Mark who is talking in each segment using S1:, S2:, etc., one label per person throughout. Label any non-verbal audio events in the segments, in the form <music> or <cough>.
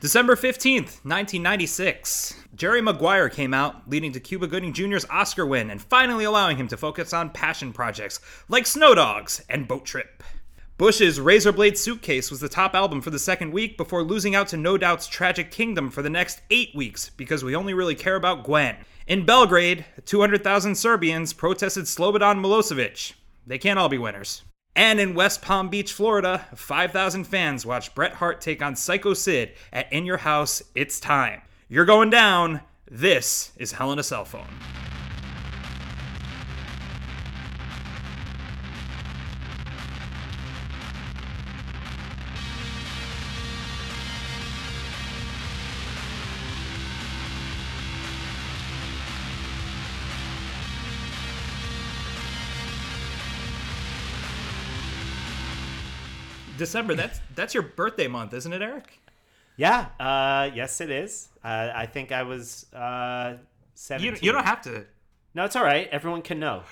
S1: December 15th, 1996. Jerry Maguire came out, leading to Cuba Gooding Jr.'s Oscar win and finally allowing him to focus on passion projects like Snow Dogs and Boat Trip. Bush's Razorblade Suitcase was the top album for the second week before losing out to No Doubt's Tragic Kingdom for the next eight weeks because we only really care about Gwen. In Belgrade, 200,000 Serbians protested Slobodan Milosevic. They can't all be winners. And in West Palm Beach, Florida, 5,000 fans watched Bret Hart take on Psycho Sid at In Your House, It's Time. You're going down. This is Hell in a Cell Phone. December, that's that's your birthday month, isn't it, Eric?
S2: Yeah. Uh, yes, it is. Uh, I think I was uh,
S1: You,
S2: seventeen.
S1: you don't have to.
S2: No, it's all right. Everyone can know.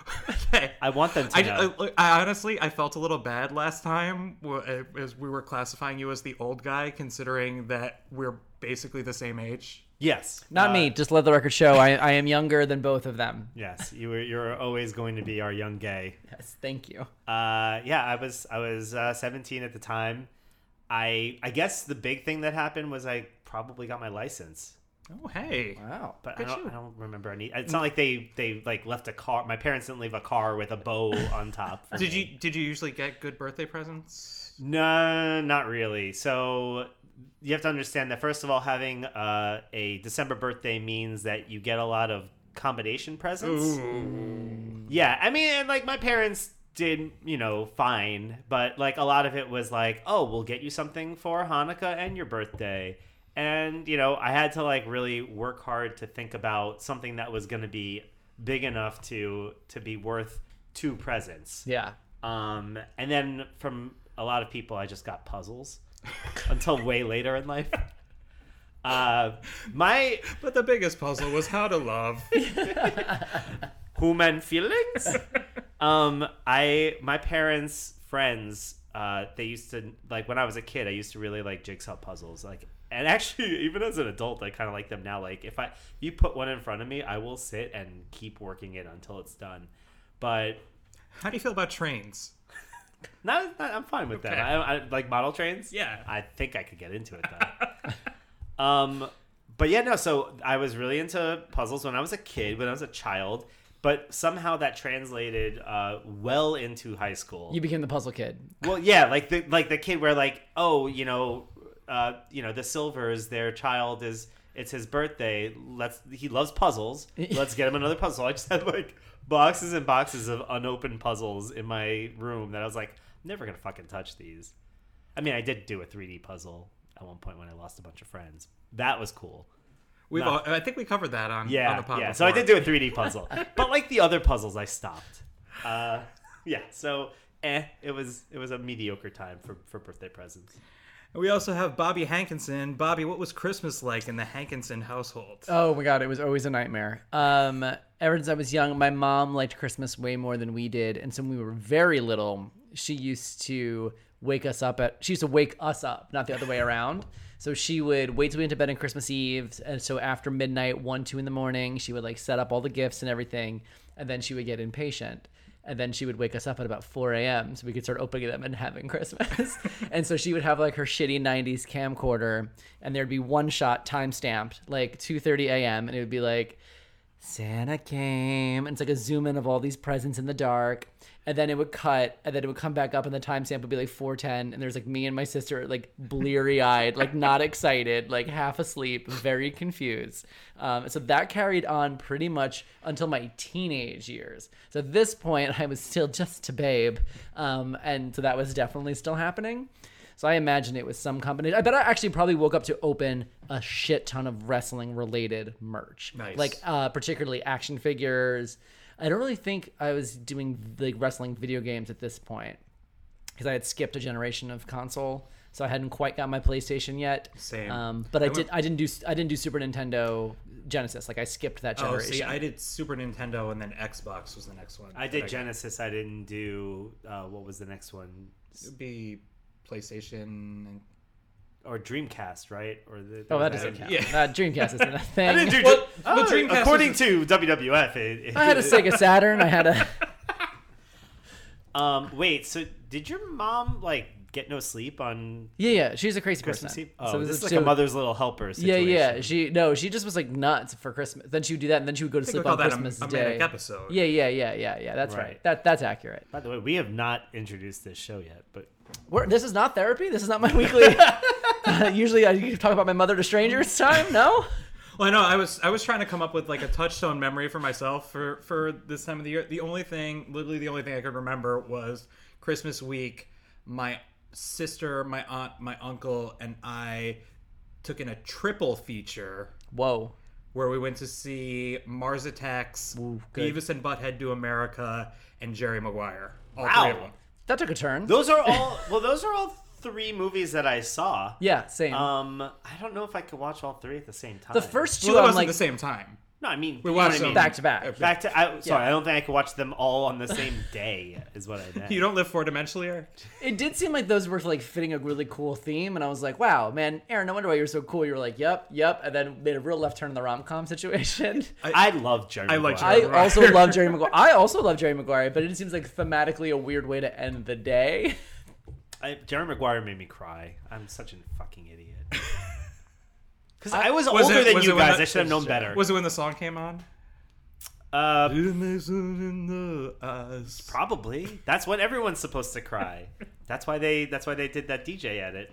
S2: I
S1: <laughs>
S2: want them to
S1: I, uh,
S2: know.
S1: I- I honestly, I felt a little bad last time wh- eh, as we were classifying you as the old guy, considering that we're basically the same age.
S2: yes. Uh,
S3: Not me. Just let the record show. I, I am younger than both of them.
S2: Yes. You were. You're always going to be our young gay.
S3: Yes, thank you.
S2: Uh, yeah. I was. I was uh, seventeen at the time. I. I guess the big thing that happened was I probably got my license.
S1: Oh, hey.
S3: Wow.
S2: But I
S1: Good
S2: don't,
S1: shoot.
S2: I don't remember any. It's not like they they like left a car. My parents didn't leave a car with a bow on top. for
S1: <laughs> Did
S2: me.
S1: you did you usually get good birthday presents?
S2: No, not really. So you have to understand that first of all, having uh, a December birthday means that you get a lot of combination presents. Yeah, I mean, and like my parents did, you know, fine, but like a lot of it was like, oh, we'll get you something for Hanukkah and your birthday. And, you know, I had to like really work hard to think about something that was going to be big enough to to be worth two presents.
S3: Yeah.
S2: Um, and then from a lot of people, I just got puzzles <laughs> until way later in life. Uh, my
S1: But the biggest puzzle was how to <laughs> love.
S2: human feelings. um, I my parents' friends. Uh, they used to like when I was a kid. I used to really like jigsaw puzzles. Like, and <laughs> actually, even as an adult, I kind of like them now. Like, if I if you put one in front of me, I will sit and keep working it until it's done. But
S1: how do you feel about trains?
S2: No, no, I'm fine with that.
S1: Okay.
S2: I, I like model trains.
S1: Yeah.
S2: I think I could get into it
S1: <laughs>
S2: though. um, but yeah, no. So I was really into puzzles when I was a kid, when I was a child. But somehow that translated uh, well into high school.
S3: You became the puzzle kid.
S2: Well, yeah, like the like the kid where like oh you know, uh, you know the Silvers, their child is it's his birthday. Let's he loves puzzles. Let's get him another puzzle. I just had like boxes and boxes of unopened puzzles in my room that I was like I'm never gonna fucking touch these. I mean, I did do a 3D puzzle at one point when I lost a bunch of friends. That was cool.
S1: We've
S2: No.
S1: all, I think we covered that on on
S2: Yeah,
S1: the pod.
S2: yeah. So I
S1: before.
S2: did do a 3D
S1: <laughs>
S2: puzzle, but like the other puzzles, I stopped. Uh, yeah. So eh, it was it was a mediocre time for for birthday presents.
S1: We also have Bobby Hankinson. Bobby, what was Christmas like in the Hankinson household?
S3: Oh my god, it was always a nightmare. Um, ever since I was young, my mom liked Christmas way more than we did, and so when we were very little, she used to wake us up at. She used to wake us up, not the other way around. So she would wait till we went to bed on Christmas Eve, and so after midnight, one, two in the morning, she would like set up all the gifts and everything, and then she would get impatient. And then she would wake us up at about 4 a.m. so we could start opening them and having Christmas. and so she would have like her shitty 90s camcorder, and there'd be one shot time stamped, like 2:30 a.m. And it would be like, Santa came. And it's like a zoom in of all these presents in the dark. And then it would cut, and then it would come back up, and the timestamp would be like 4:10. And there's like me and my sister, like bleary eyed, like not excited, like half asleep, very confused. Um, so that carried on pretty much until my teenage years. So at this point, I was still just a babe, um, and so that was definitely still happening. So I imagine it was some combination. I bet I actually probably woke up to open a shit ton of wrestling related merch,
S1: Nice.
S3: like uh, particularly action figures. I don't really think I was doing like wrestling video games at this point because I had skipped a generation of console, so I hadn't quite got my PlayStation yet.
S1: Same.
S3: Um, but I,
S1: went-
S3: did. I didn't do. I didn't do Super Nintendo Genesis. Like I skipped that
S1: Oh,
S3: generation.
S1: see, I did Super Nintendo, and then Xbox was the next one.
S2: I
S1: that
S2: did
S1: got.
S2: Genesis. I didn't do uh, what was the next one?
S1: It would be PlayStation. And
S2: or Dreamcast, right? Or the,
S3: Oh, that doesn't count.
S1: Yeah.
S3: Uh, Dreamcast isn't
S1: <laughs>
S3: a thing.
S1: I didn't do
S2: Well,
S1: well,
S2: Oh,
S1: Dreamcast.
S2: according
S1: was-
S2: to WWF, it, it-
S3: I had a Sega Saturn. I
S1: <laughs>
S3: had a.
S2: <laughs> Um, wait, so did your mom like get no sleep on
S3: Yeah, yeah. She's a crazy
S2: Christmas
S3: person.
S2: Eve? Oh, this is like
S3: so-
S2: a mother's little helper
S3: Yeah,
S2: situation.
S3: yeah. She no, she just was like nuts for Christmas. Then she would do that, and then she would go to
S1: I think
S3: sleep
S1: we
S3: on
S1: call that
S3: Christmas
S1: a, a
S3: Day.
S1: manic episode.
S3: Yeah, yeah, yeah, yeah, yeah. That's right.
S2: Right.
S3: That that's accurate.
S2: By the way, we have not introduced this show yet, but
S3: We're, this is not therapy. This is not my <laughs> weekly. Usually, I talk about my mother to strangers. Time no.
S1: Well, I know I was I was trying to come up with like a touchstone memory for myself for for this time of the year. The only thing, literally the only thing I could remember was Christmas week. My sister, my aunt, my uncle, and I took in a triple feature
S3: Whoa.
S1: where we went to see Mars Attacks,
S3: good.
S1: Beavis and Butthead Do America, and Jerry Maguire. All three of
S2: wow,
S1: them.
S3: That took a turn.
S2: those are all. Well, those are all three movies that I saw.
S3: yeah, same.
S2: Um, I don't know if I could watch all three at the same time.
S3: the first two,
S1: Well, that
S3: I'm
S1: wasn't
S3: like
S1: the same time.
S2: no, I mean,
S1: We
S2: you know what
S1: watched
S2: I mean?
S1: them
S3: Back to back.
S2: Back to I, sorry, I don't think I could watch them all on the same day. Is what I
S1: <laughs>
S2: meant.
S1: You don't live four dimensionally, Eric.
S3: it did seem like those were like fitting a really cool theme, and I was like, wow, man, Aaron, no wonder why you're so cool. You were like, yep, yep, and then made a real left turn in the rom com situation.
S2: <laughs> I, love Jerry.
S1: I like
S2: Maguire.
S3: I
S1: Jerry Maguire.
S3: also love
S2: <laughs>
S3: Jerry Maguire. I also love Jerry Maguire, but it seems like thematically a weird way to end the day.
S2: I, Jerry Maguire made me cry. I'm such a fucking idiot.
S1: <laughs>
S2: Because I, was, older
S1: it-
S2: than
S1: was
S2: you
S1: it when
S2: guys.
S1: that-
S2: I should have known better.
S1: Was it when the song came on?
S2: uh,
S1: in the eyes.
S2: probably. That's when everyone's supposed to cry. That's why they. That's why they did that DJ edit.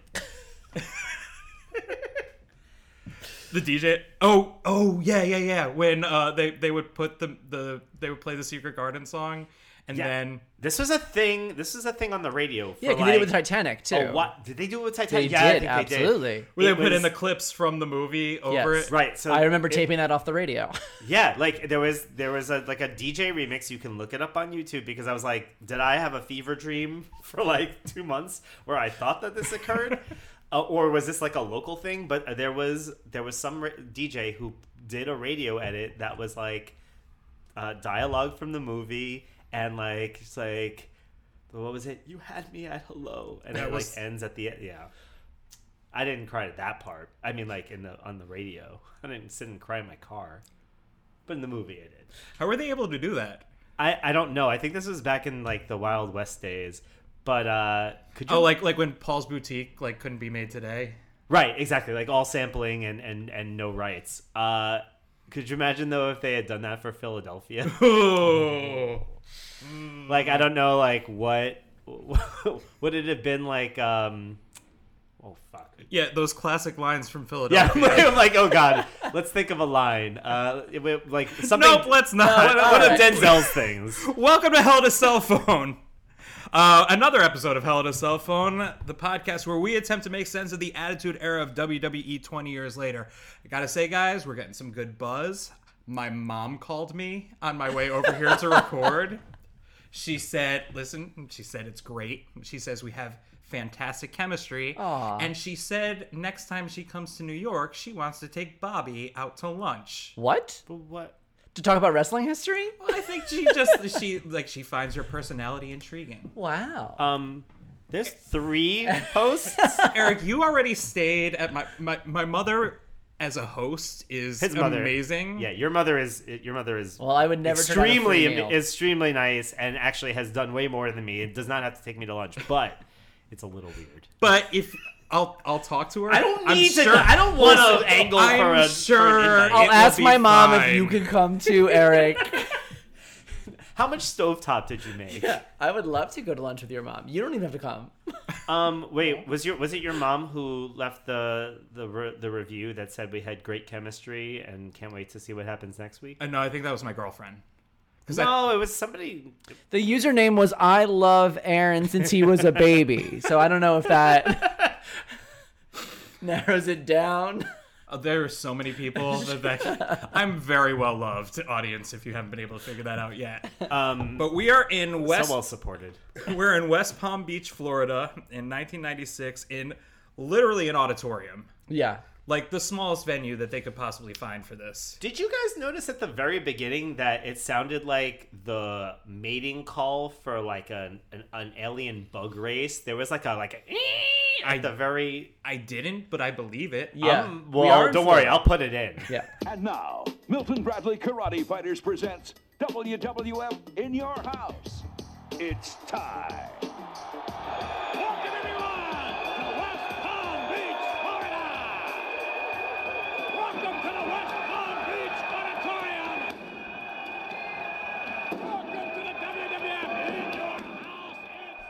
S1: The DJ. Oh, oh, yeah, yeah, yeah. When uh, they they would put the the they would play the Secret Garden song, and
S2: Yeah.
S1: then
S2: This was a thing. This was a thing on the radio. For
S3: Yeah, because
S2: like,
S3: they did it with Titanic too.
S2: Oh, What did they do it with
S3: They
S2: Titanic? yeah,
S3: did
S2: I think
S3: absolutely.
S2: They did.
S1: where they
S2: It
S1: put in
S2: was-
S1: the clips from the movie over
S3: Yes.
S1: it.
S2: Right. So
S3: I remember
S2: it-
S3: taping that off the radio. <laughs>
S2: Yeah, like there was there was a like a DJ remix you can look it up on YouTube because I was like, did I have a fever dream <laughs> for like two months where I thought that
S1: <laughs>
S2: this occurred, uh, or was this like a local thing? But uh, there was there was some ra- DJ who did a radio edit that was like uh, dialogue from the movie and like it's like what was it? You had me at hello, and
S1: That
S2: it
S1: was-
S2: like ends at the end. Yeah. I didn't cry at that part. I mean, like in the on the radio, <laughs> I didn't sit and cry in my car, but in the movie, I did.
S1: How were they able to do that?
S2: I I don't know. I think this was back in like the Wild West days. But uh, could you?
S1: Oh, like like when Paul's Boutique like couldn't be made today. <laughs>
S2: right, exactly. Like all sampling and and and no rights. Uh, could you imagine though if they had done that for
S1: <laughs>
S2: Philadelphia?
S1: Oh,
S2: like I don't know, like what <laughs> would it have been like? Um, oh
S1: <laughs>
S2: fuck.
S1: yeah, those classic lines from
S2: Yeah, <laughs>
S1: Philadelphia.
S2: I'm like, oh god, let's think of a line. Uh, it would- like something.
S1: Nope, let's not.
S2: one, of- one of
S3: Alright.
S1: <laughs>
S2: Denzel's things.
S1: Welcome to Hell to Cell Phone. Uh, another episode of Hell to Cell Phone, the podcast where we attempt to make sense of the Attitude Era of WWE 20 years later. I gotta say, guys, we're getting some good buzz. My mom called me on my way over here to record. She said, "Listen," she said, "It's great." She says we have fantastic chemistry,
S3: Aw.
S1: and she said next time she comes to New York, she wants to take Bobby out to lunch.
S3: what?
S2: What?
S3: To talk about wrestling history?
S1: I think she just she like she finds her personality intriguing.
S3: Wow.
S2: Um, there's three posts.
S1: <laughs> Eric, you already stayed at my my, my mother as a host is
S2: His mother,
S1: amazing.
S2: Yeah, your mother is your mother is
S3: well, I would never turn down a free
S2: extremely
S3: meal.
S2: extremely nice and actually has done way more than me. It does not have to take me to lunch, but <laughs> it's a little weird.
S1: But if I'll I'll talk to her.
S2: I don't
S1: I'm
S2: need to-
S1: sure-
S2: I don't wanna
S1: Listen,
S2: angle
S1: I'm
S2: for a- for an
S1: sure.
S2: invite.
S1: it
S3: I'll
S1: will
S3: ask
S1: be
S3: my mom if
S1: fine.
S3: you could
S1: <laughs>
S3: come too, Eric.
S2: How much stovetop did you make?
S3: I would love to go to lunch with your mom. You don't even have to come.
S2: Um, wait, was your was it your mom who left the the re- the review that said we had great chemistry and can't wait to see what happens next week?
S1: Uh, no, I think that was my girlfriend. Because
S2: No, it was somebody.
S3: The username was I love Aaron since he was a baby. So I don't know if that
S1: <laughs>
S3: <laughs> narrows it down.
S1: Uh, there are so many people that, that <laughs> I'm very well loved audience. If you haven't been able to figure that out yet,
S2: Um,
S1: but we are in West
S2: so well supported.
S1: <laughs> We're in West Palm Beach, Florida, in 1996, in literally an auditorium,
S3: Yeah.
S1: like the smallest venue that they could possibly find for this.
S2: Did you guys notice at the very beginning that it sounded like the mating call for like an an, an alien bug race? There was like a like a, at
S1: I-
S2: the very.
S1: I didn't, but I believe it.
S3: Yeah.
S2: Um,
S3: We are
S2: well, don't worry.
S3: informed.
S2: I'll put it in.
S3: Yeah.
S4: And now, Milton Bradley Karate Fighters presents WWF in Your House. It's time. Welcome everyone to West Palm Beach, Florida. Welcome to the West Palm Beach Auditorium. Welcome to the WWF in Your House.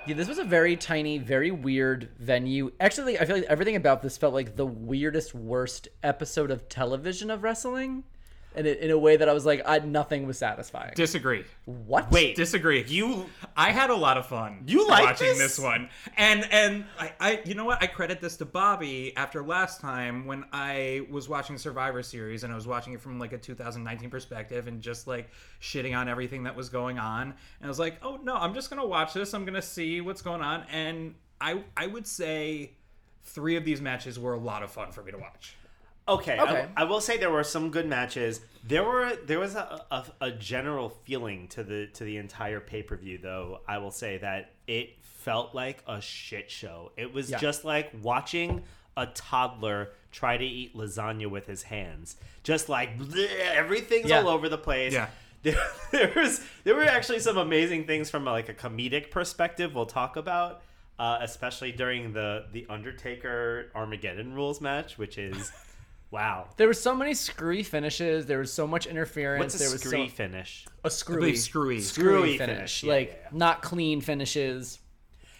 S3: Yeah, this was a very tiny, very weird venue. Actually, like, I feel like everything about this felt like the weirdest, worst episode of television of wrestling, and it, in a way that I was like, I, nothing was satisfying.
S1: Disagree.
S3: what?
S2: Wait.
S1: Disagree.
S2: You
S1: I had a lot of fun.
S2: You like
S1: watching
S2: this?
S1: this, one, and and I, I, you know what? I credit this to Bobby after last time when I was watching Survivor Series and I was watching it from like a 2019 perspective and just like shitting on everything that was going on. And I was like, oh no, I'm just gonna watch this. I'm gonna see what's going on. And I, I would say, three of these matches were a lot of fun for me to watch.
S2: Okay.
S3: Okay.
S2: I, I will say there were some good matches. There were there was a, a, a general feeling to the to the entire pay per view though. I will say that it felt like a shit show. It was
S3: Yeah.
S2: just like watching a toddler try to eat lasagna with his hands. Just like bleh, everything's
S3: Yeah.
S2: all over the place.
S1: Yeah.
S2: <laughs> There, there was there were actually some amazing things from like a comedic perspective we'll talk about uh, especially during the the Undertaker Armageddon rules match which
S3: <laughs>
S2: is wow
S3: There were so many screwy finishes. There was so much interference.
S2: What's a
S3: there was so-
S2: scree finish?
S3: a screwy,
S1: screwy.
S2: Screwy
S3: finish,
S2: finish, yeah,
S3: like
S2: yeah, yeah.
S3: not clean finishes.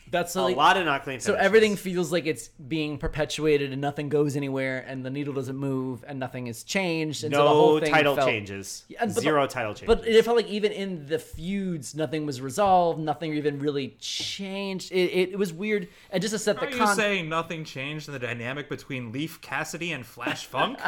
S3: That's like,
S2: a lot of not clean.
S3: So
S2: finishes.
S3: everything feels like it's being perpetuated, and nothing goes anywhere, and the needle doesn't move, and nothing is changed. And
S2: no
S3: so the whole thing
S2: title
S3: felt-
S2: changes,
S3: Yeah, but the-
S2: zero title changes.
S3: But it felt like even in the feuds, nothing was resolved. Nothing even really changed. It, it, it was weird. And just to set
S1: Are
S3: the
S1: you
S3: con-
S1: saying nothing changed in the dynamic between Leaf Cassidy and Flash Funk,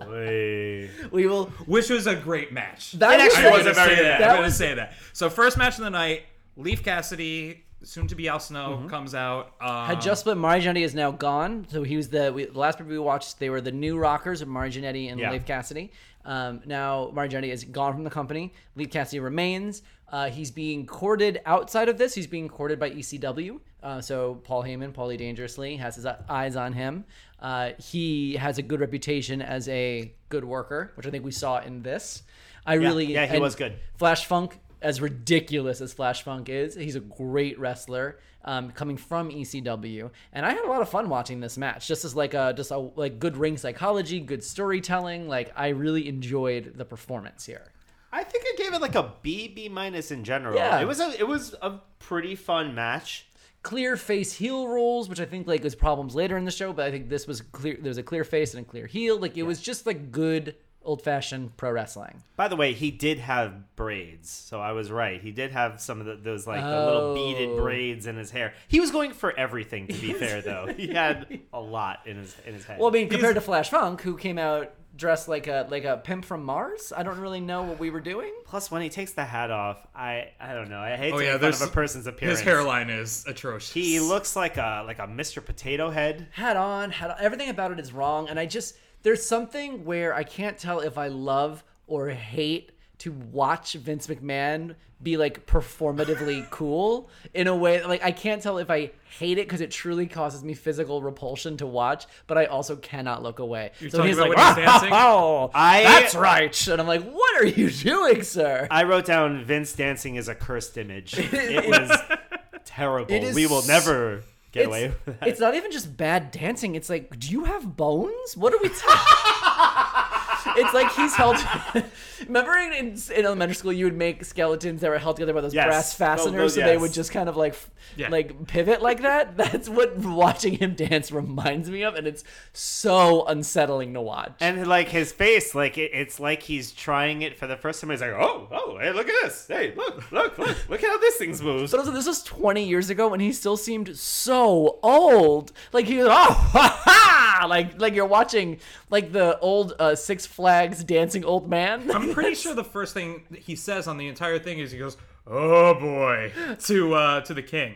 S2: Boy.
S3: we will.
S1: which was a great match?
S3: That
S2: It
S3: was
S2: actually
S1: I was
S2: a
S1: gonna
S2: very-
S1: say that.
S3: that
S1: I was
S3: was-
S1: gonna say that. So first match of the night, Leaf Cassidy, soon to be Al Snow, comes out. Um,
S3: had just split. Mari Jannetty is now gone. So he was the, we, the last people we watched. They were the new Rockers of Mari Jannetty and
S2: Yeah.
S3: Leif Cassidy. Um, now Mari Jannetty is gone from the company. Leif Cassidy remains. Uh, he's being courted outside of this. He's being courted by ECW. Uh, so Paul Heyman, Paulie Dangerously, has his eyes on him. Uh, he has a good reputation as a good worker, which I think we saw in this. I really
S2: yeah, he
S3: and
S2: was good.
S3: Flash Funk, as ridiculous as Flash Funk is, he's a great wrestler um, coming from ECW, and I had a lot of fun watching this match. Just as like a just a like good ring psychology, good storytelling. Like I really enjoyed the performance here.
S2: I think I gave it like a B, B minus in general.
S3: Yeah.
S2: It was a it was a pretty fun match.
S3: Clear face heel rules, which I think like was problems later in the show, but I think this was clear. There was a clear face and a clear heel. Like it was just like good old fashioned pro wrestling.
S2: By the way, he did have braids, so I was right. He did have some of the, those like the little beaded
S3: Oh.
S2: braids in his hair. He was going for everything. To be
S3: <laughs>
S2: fair, though, he had a lot in his in his head.
S3: Well, I mean, compared to Flash Funk, who came out dressed like a like a pimp from Mars, I don't really know what we were doing.
S2: plus when he takes the hat off, I I don't know. I hate
S1: Oh,
S2: to
S1: yeah,
S2: make fun of
S1: there's-
S2: a person's appearance.
S1: his hairline is atrocious.
S2: He looks like a like a Mr. Potato Head.
S3: hat on, hat on, everything about it is wrong. And I just, there's something where I can't tell if I love or hate to watch Vince McMahon be like performatively cool in a way. Like, I can't tell if I hate it because it truly causes me physical repulsion to watch, but I also cannot look away. You're
S1: talking about when he's dancing?
S3: oh,
S2: I-
S3: <laughs> that's right. And I'm like, what are you <laughs> doing, sir?
S2: I wrote down Vince dancing is a cursed
S3: <laughs>
S2: image. It was terrible.
S3: It is
S2: we will never get away
S3: it's,
S2: with that.
S3: it's not even just bad dancing. It's like, do you have bones? What are we talking? <laughs> it's like he's held. Remember in, in, in elementary school, you would make skeletons that were held together by those
S2: Yes. Oh,
S3: brass fasteners,
S2: Those- those-
S3: so they
S2: yes.
S3: would just kind of like f-
S1: Yeah.
S3: like pivot like that. <laughs> That's what watching him dance reminds me of, and it's so unsettling to watch.
S2: And like his face, like it, it's like he's trying it for the first time. He's like, oh, oh, hey, look at this. Hey, look, look, look, look how this
S3: <laughs>
S2: thing's moves.
S3: But also, this was 20 years ago, and he still seemed so old. Like he was, oh, ha ha! Like like you're watching like the old uh, Six Flags dancing old man. <laughs>
S1: I'm pretty sure the first thing <laughs> that he says on the entire thing is he goes, "Oh boy," to uh, to the king.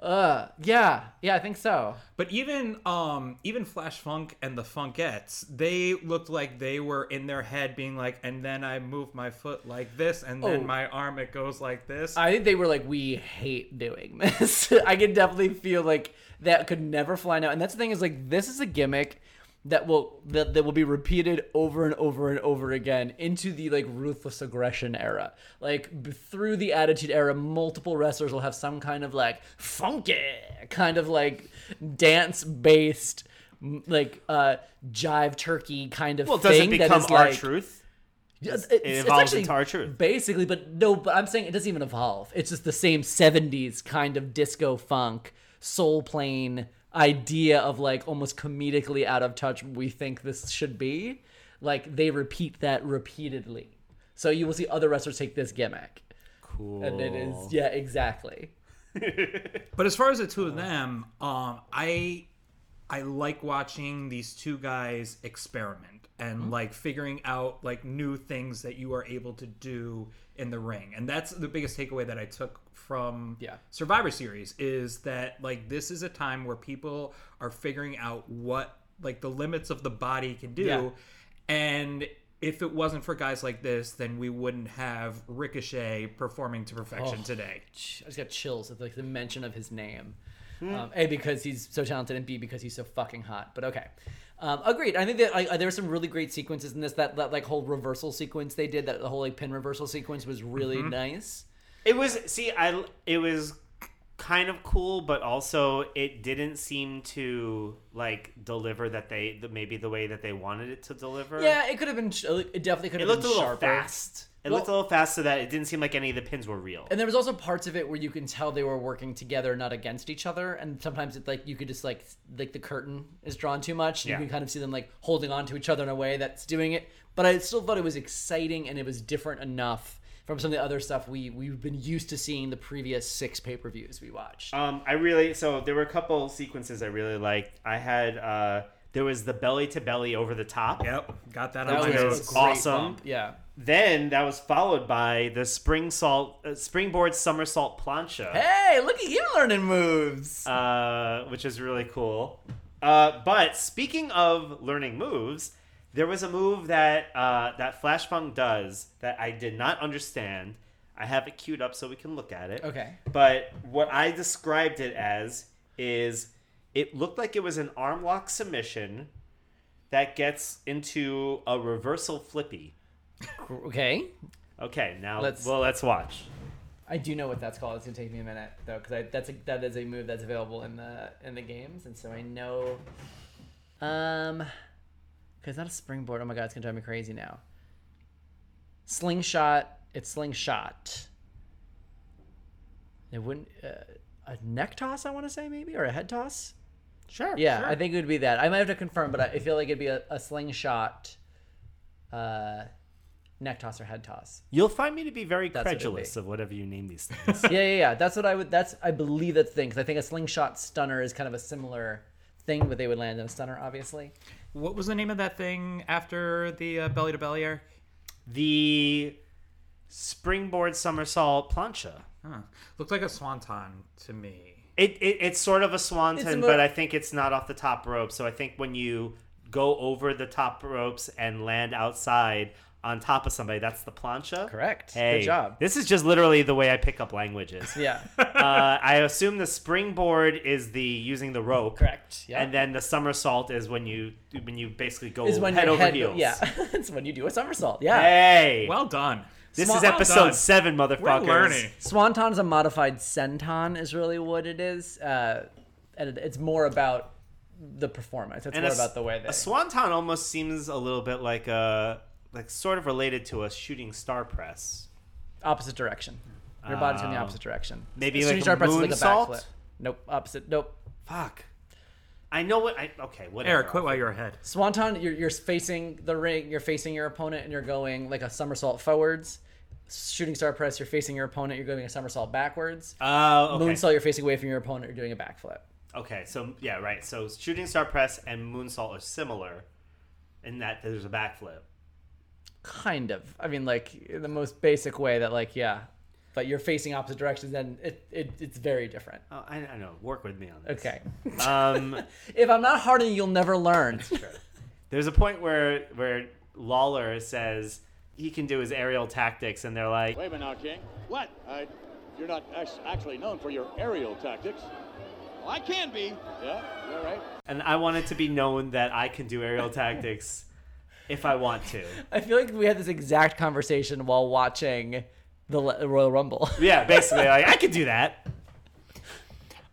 S3: Uh, yeah, yeah, I think so.
S1: But even um even Flash Funk and the Funkettes, they looked like they were in their head being like, and then I move my foot like this, and then
S3: Oh.
S1: my arm it goes like this.
S3: I think they were like, we hate doing <laughs> this. I can definitely feel like that could never fly now. And that's the thing is like, this is a gimmick that will that, that will be repeated over and over and over again into the like ruthless aggression era. Like b- through the attitude era, multiple wrestlers will have some kind of like funky kind of like dance based like uh jive turkey kind of
S2: Well, does
S3: thing
S2: it become
S3: that is
S2: our
S3: like
S2: truth?
S3: it's,
S2: evolves into our truth.
S3: Basically, but no, but I'm saying it doesn't even evolve. It's just the same 70s kind of disco funk, soul plane idea of like almost comedically out of touch we think this should be. Like they repeat that repeatedly. So you will see other wrestlers take this gimmick.
S2: Cool.
S3: And it is, yeah, exactly.
S1: But as far as the two of them, um, I I like watching these two guys experiment and
S3: Mm-hmm.
S1: like figuring out like new things that you are able to do in the ring. And that's the biggest takeaway that I took from
S3: Yeah.
S1: Survivor Series is that like this is a time where people are figuring out what like the limits of the body can do.
S3: Yeah.
S1: And if it wasn't for guys like this, then we wouldn't have Ricochet performing to perfection
S3: Oh.
S1: today.
S3: ch- I just got chills at like the mention of his name.
S2: Hmm.
S3: Um, a because he's so talented, and B because he's so fucking hot. But okay, um, agreed. I think that I, there were some really great sequences in this. That, that like whole reversal sequence they did, that the whole like pin reversal sequence was really
S2: Mm-hmm.
S3: nice.
S2: It was see, I it was kind of cool, but also it didn't seem to like deliver that they the, maybe the way that they wanted it to deliver.
S3: Yeah, it could have been. sh- It definitely could
S2: it
S3: have
S2: looked a
S3: been
S2: little
S3: sharper.
S2: fast. It looked a
S3: Well-
S2: little fast, so that it didn't seem like any of the pins were real.
S3: And there was also parts of it where you can tell they were working together, not against each other. And sometimes it's like you could just like like the curtain is drawn too much. And
S2: Yeah.
S3: You can kind of see them like holding on to each other in a way that's doing it. But I still thought it was exciting and it was different enough from some of the other stuff we we've been used to seeing the previous six pay per views we watched.
S2: Um, I really so there were a couple sequences I really liked. I had uh, there was the belly to belly over the top.
S1: Yep, got that,
S3: That
S1: on my
S3: was a
S1: notes.
S3: great
S2: awesome.
S3: bump. Yeah.
S2: Then that was followed by the spring salt uh, springboard somersault plancha.
S3: Hey, look at you learning moves.
S2: uh, which is really cool. Uh, but speaking of learning moves, there was a move that uh, that Flash Funk does that I did not understand. I have it queued up so we can look at it.
S3: Okay.
S2: But what I described it as is it looked like it was an arm lock submission that gets into a reversal flippy.
S3: okay.
S2: Okay, now
S3: Let's-
S2: well let's watch.
S3: I do know what that's called. It's gonna take me a minute though, because that's a, that is a move that's available in the in the games, and so I know. Um, because not a springboard. Oh my god, it's gonna drive me crazy now. Slingshot. It's slingshot. It wouldn't uh, a neck toss. I want to say maybe or a head toss.
S2: Sure.
S3: Yeah, I think it would be that. I might have to confirm, but I, I feel like it'd be a, a slingshot, uh, neck toss or head toss.
S2: You'll find me to be very
S3: what it'd
S2: credulous
S3: be.
S2: of whatever you name these things.
S3: yeah, yeah, yeah. That's what I would. That's I believe that's the thing because I think a slingshot stunner is kind of a similar thing, but they would land on a stunner, obviously.
S1: What was the name of that thing after the uh, belly to belly arc?
S2: the springboard somersault plancha.
S1: Huh. Looked like a swanton to me.
S2: It, it it's sort of a
S3: It's
S2: swanton,
S3: a mo-
S2: but I think it's not off the top rope. So I think when you go over the top ropes and land outside on top of somebody, that's the plancha.
S3: Correct.
S2: Hey,
S3: Good job.
S2: This is just literally the way I pick up languages.
S3: Yeah.
S2: uh, I assume the springboard is the using the rope.
S3: Correct. Yeah.
S2: And then the somersault is when you when you basically go
S3: is when
S2: head
S3: your
S2: over
S3: head,
S2: heels.
S3: Yeah, <laughs> it's when you do a somersault. Yeah.
S2: Hey.
S1: Well done.
S2: this
S1: Swan-
S2: is
S1: well
S2: episode
S1: done.
S2: seven, motherfuckers.
S1: We're learning.
S3: Swanton is a modified senton, is really what it is, uh, and it, it's more about the performance. It's
S2: And
S3: more
S2: a s-
S3: about the way
S2: a
S3: that.
S2: swanton almost seems a little bit like a like sort of related to a shooting star press.
S3: opposite direction. Your body's going the
S2: Oh.
S3: opposite direction.
S2: Maybe
S3: As soon
S2: like
S3: as
S2: a
S3: you press, it's
S2: moonsault?
S3: Nope. Opposite. Nope.
S2: Fuck. I know what I okay. Whatever.
S1: Eric, quit while you're ahead.
S3: Swanton, you're, you're facing the ring, you're facing your opponent, and you're going like a somersault forwards. Shooting star press, you're facing your opponent, you're going a somersault backwards.
S2: Oh, okay.
S3: Moonsault, you're facing away from your opponent, you're doing a backflip.
S2: Okay, so yeah, right. So shooting star press and moonsault are similar, in that there's a backflip.
S3: Kind of. I mean, like in the most basic way that, like, yeah. but you're facing opposite directions, then it, it it's very different.
S2: Oh, I, I know. Work with me on this.
S3: Okay.
S2: Um,
S3: If I'm not hardened, you'll never learn.
S2: there's a point where where Lawler says he can do his aerial tactics, and they're like,
S5: Wait a minute now, King. What? Uh, you're not act- actually known for your aerial tactics. Well, I can be. Yeah, you're right.
S2: and I want it to be known that I can do aerial tactics if I want to.
S3: I feel like we had this exact conversation while watching the Le- Royal Rumble.
S2: Yeah, basically, like I can do that.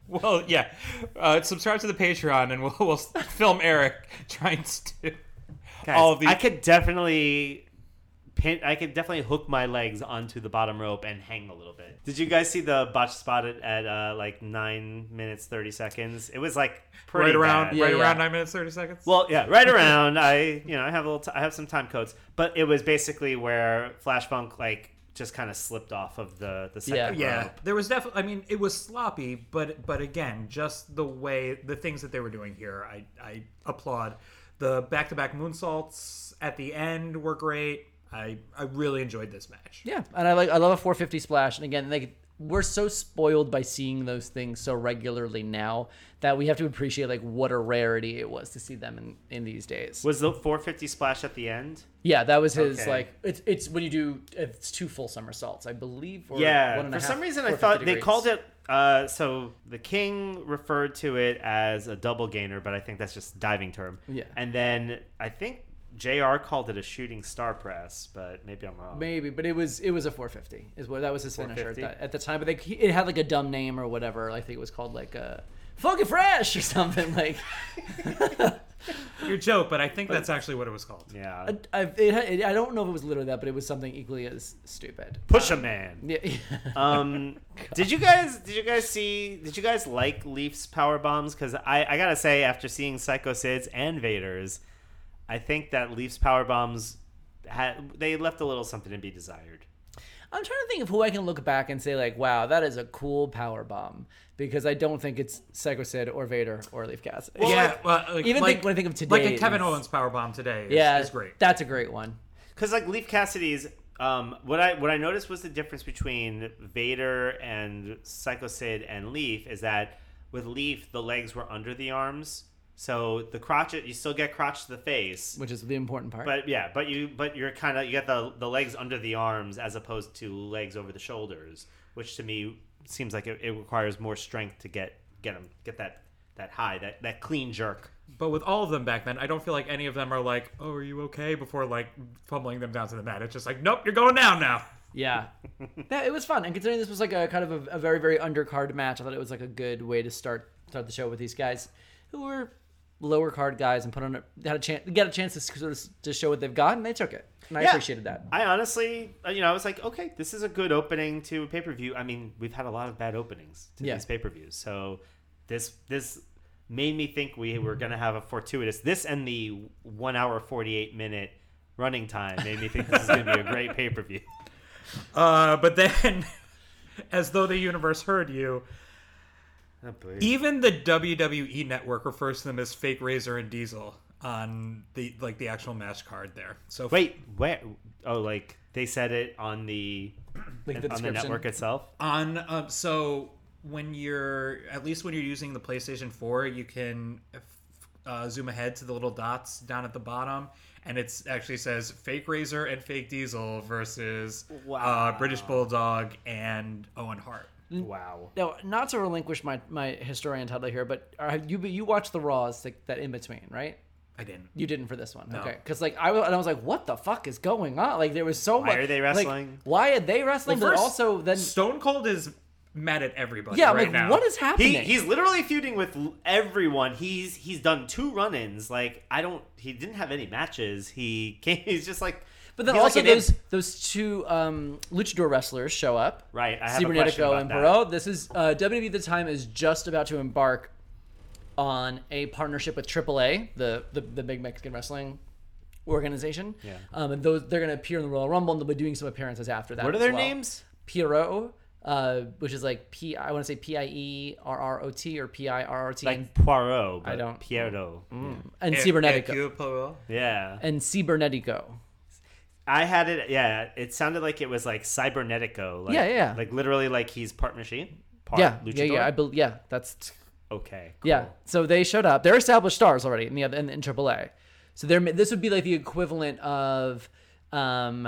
S1: Well, yeah. Uh, subscribe to the Patreon, and we'll <laughs> we'll film Eric trying to.
S2: Guys,
S1: All of these-
S2: I could definitely pin. I could definitely hook my legs onto the bottom rope and hang a little bit. Did you guys see the botch spot at, at uh, like nine minutes thirty seconds? It was like pretty
S1: right around,
S2: bad.
S3: Yeah,
S1: right
S3: yeah.
S1: around nine minutes thirty seconds.
S2: Well, yeah, right around. I you know I have a little. T- I have some time codes, but it was basically where Flash Funk like just kind of slipped off of the the second
S3: Yeah.
S1: yeah,
S2: rope.
S1: there was definitely. I mean, it was sloppy, but but again, just the way the things that they were doing here, I I applaud. The back to back moonsaults at the end were great. I I really enjoyed this match.
S3: yeah, and I like I love a 450 splash. And again, like we're so spoiled by seeing those things so regularly now that we have to appreciate like what a rarity it was to see them in, in these days.
S2: Was the 450 splash at the end?
S3: Yeah, that was his
S2: Okay.
S3: like it's it's when you do it's two full somersaults, I believe. Or one
S2: yeah.
S3: and
S2: For
S3: a
S2: some
S3: half,
S2: reason, I
S3: 450
S2: thought they
S3: degrees.
S2: called it. Uh, so the king referred to it as a double gainer, but I think that's just a diving term.
S3: Yeah.
S2: And then I think Jr. called it a shooting star press, but maybe I'm wrong.
S3: maybe, but it was it was a 450 is what that was his finisher at,
S2: 450?
S3: that, at the time. But they, he- it had like a dumb name or whatever. I think it was called like a Funky Fresh or something like.
S2: <laughs>
S3: <laughs>
S1: Your joke, but I think that's actually what it was called.
S2: Yeah.
S3: I, I, it, had- it, I don't know if it was literally that, but it was something equally as stupid.
S2: Push a man.
S3: Yeah,
S2: <laughs>
S3: <laughs>
S2: Um, did you guys did you guys see did you guys like Leafs power bombs? Because I I gotta say after seeing Psycho Sids and Vader's, I think that Leafs power bombs had they left a little something to be desired.
S3: I'm trying to think of who I can look back and say like, "Wow, that is a cool power bomb," because I don't think it's Psycho Sid or Vader or Leaf Cassidy.
S1: yeah, well, like,
S3: even
S1: like,
S3: think, when I think of today,
S1: like a Kevin
S3: it's-
S1: Owens powerbomb today. Is,
S3: yeah,
S1: is great.
S3: That's a great one.
S2: Because like Leaf Cassidy's, um, what I what I noticed was the difference between Vader and Psycho Sid and Leaf is that with Leaf the legs were under the arms, so the crotch you still get crotch to the face,
S3: which is the important part.
S2: But yeah, but you but you're kind of you got the the legs under the arms as opposed to legs over the shoulders, which to me seems like it, it requires more strength to get get them get that that high that that clean jerk.
S1: But with all of them back then, I don't feel like any of them are like, "Oh, are you okay?" Before like fumbling them down to the mat. It's just like, "Nope, you're going down now."
S3: yeah, that, it was fun. And considering this was like a kind of a, a very very undercard match, I thought it was like a good way to start start the show with these guys who were lower card guys and put on a, had a chance got a chance to sort of s- to show what they've got, and they took it. And I
S2: Yeah.
S3: appreciated that.
S2: I honestly, uh, you know, I was like, okay, this is a good opening to a pay per view. I mean, we've had a lot of bad openings to
S3: Yeah.
S2: these pay per views, so this this made me think we
S3: Mm-hmm.
S2: were gonna have a fortuitous this and the one hour forty eight minute running time made me think this is gonna be a great pay
S3: <laughs>
S2: per view.
S1: Uh, but then, <laughs> as though the universe heard you,
S2: E-
S1: even the WWE network refers to them as fake Razor and Diesel on the like the actual match card there. So
S2: Wait, where? Oh, like they said it on the, on
S3: Like the
S2: the
S3: description.
S2: network itself.
S1: on um, so when you're at least when you're using the PlayStation 4, you can f- uh, zoom ahead to the little dots down at the bottom, and it actually says fake Razor and fake Diesel versus uh, British Bulldog and Owen Hart.
S2: Wow.
S3: Now, not to relinquish my, my historian title here, but uh, you you watched the Raws like, that in between, right?
S1: I didn't.
S3: You didn't for this one, okay? Because like I was, and I was like, what the fuck is going on? Like there was so much.
S2: are they
S3: like,
S2: wrestling?
S3: why are they wrestling? but
S1: First,
S3: also then,
S1: Stone Cold is mad at everybody.
S3: yeah, I'm
S1: right
S3: like
S1: now.
S3: what is
S2: He,
S3: happening?
S2: he's literally feuding with l- everyone. He's he's done two run-ins. Like I don't. He didn't have any matches. He came. <laughs> He's just like.
S3: but then
S2: he's
S3: also
S2: like an
S3: those
S2: imp.
S3: those two um, luchador wrestlers show up.
S2: Right, I have a
S3: Cybernetico
S2: question about
S3: and
S2: that.
S3: Bro. This is uh, WWE. at The time is just about to embark on a partnership with AAA, the the, the big Mexican wrestling organization. Yeah. Um, and those they're going to appear in the Royal Rumble, and they'll be doing some appearances after that.
S2: What are
S3: as
S2: their
S3: well.
S2: names?
S3: Pierrot, uh, which is like P. I want to say P I E R R O T or P I R R T, and,
S2: Like Poirot. But I
S3: don't- Mm.
S2: don't. Pierrot.
S3: and
S1: Eh, eh,
S3: Cybernetico.
S1: Cuba Pueblo?
S2: Yeah.
S3: and Cybernetico.
S2: I had it. Yeah, it sounded like it was like Cybernetico. Like,
S3: Yeah, yeah.
S2: Like literally, like he's part machine. Part
S3: yeah, yeah,
S2: luchador.
S3: yeah, I bel yeah, that's
S2: okay.
S3: Yeah. So they showed up. They're established stars already in the other in, in AAA. So they're this would be like the equivalent of um,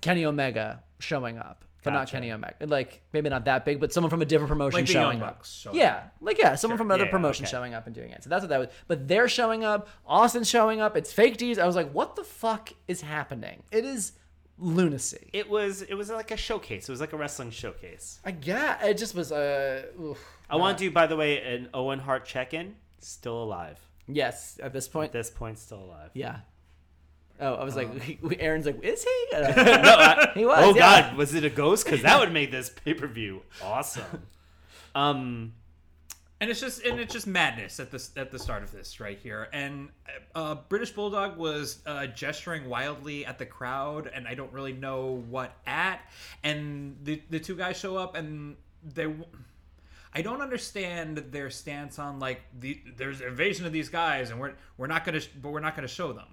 S3: Kenny Omega showing up, but not
S2: Gotcha.
S3: Kenny Omega. Like maybe not that big, but someone from a different promotion
S1: Like the
S3: showing
S1: Young
S3: up.
S1: Bucks showing
S3: yeah, like yeah, someone from another
S2: Yeah,
S3: promotion
S2: okay.
S3: showing up and doing it. So that's what that was. But they're showing up. Austin's showing up. It's fake D's. I was like, what the fuck is happening? It is lunacy.
S2: It was it was like a showcase. It was like a wrestling showcase.
S3: I guess it just was uh, oof.
S2: I want to do, by the way, an Owen Hart check-in. Still alive.
S3: yes at this point.
S2: At this point, still alive. <laughs>
S3: Yeah. Oh, I was
S2: Um.
S3: <laughs> like, Aaron's like, is he?
S2: <laughs>
S3: And I- he was.
S2: Oh
S3: yeah.
S2: God, was it a ghost? Because that would make this pay per view awesome.
S3: <laughs>
S2: Um,
S1: And it's just and it's just madness at this at the start of this right here. And uh, British Bulldog was uh, gesturing wildly at the crowd, and I don't really know what at. And the the two guys show up, and they. I don't understand their stance on like the there's invasion of these guys, and we're we're not gonna but we're not gonna show them.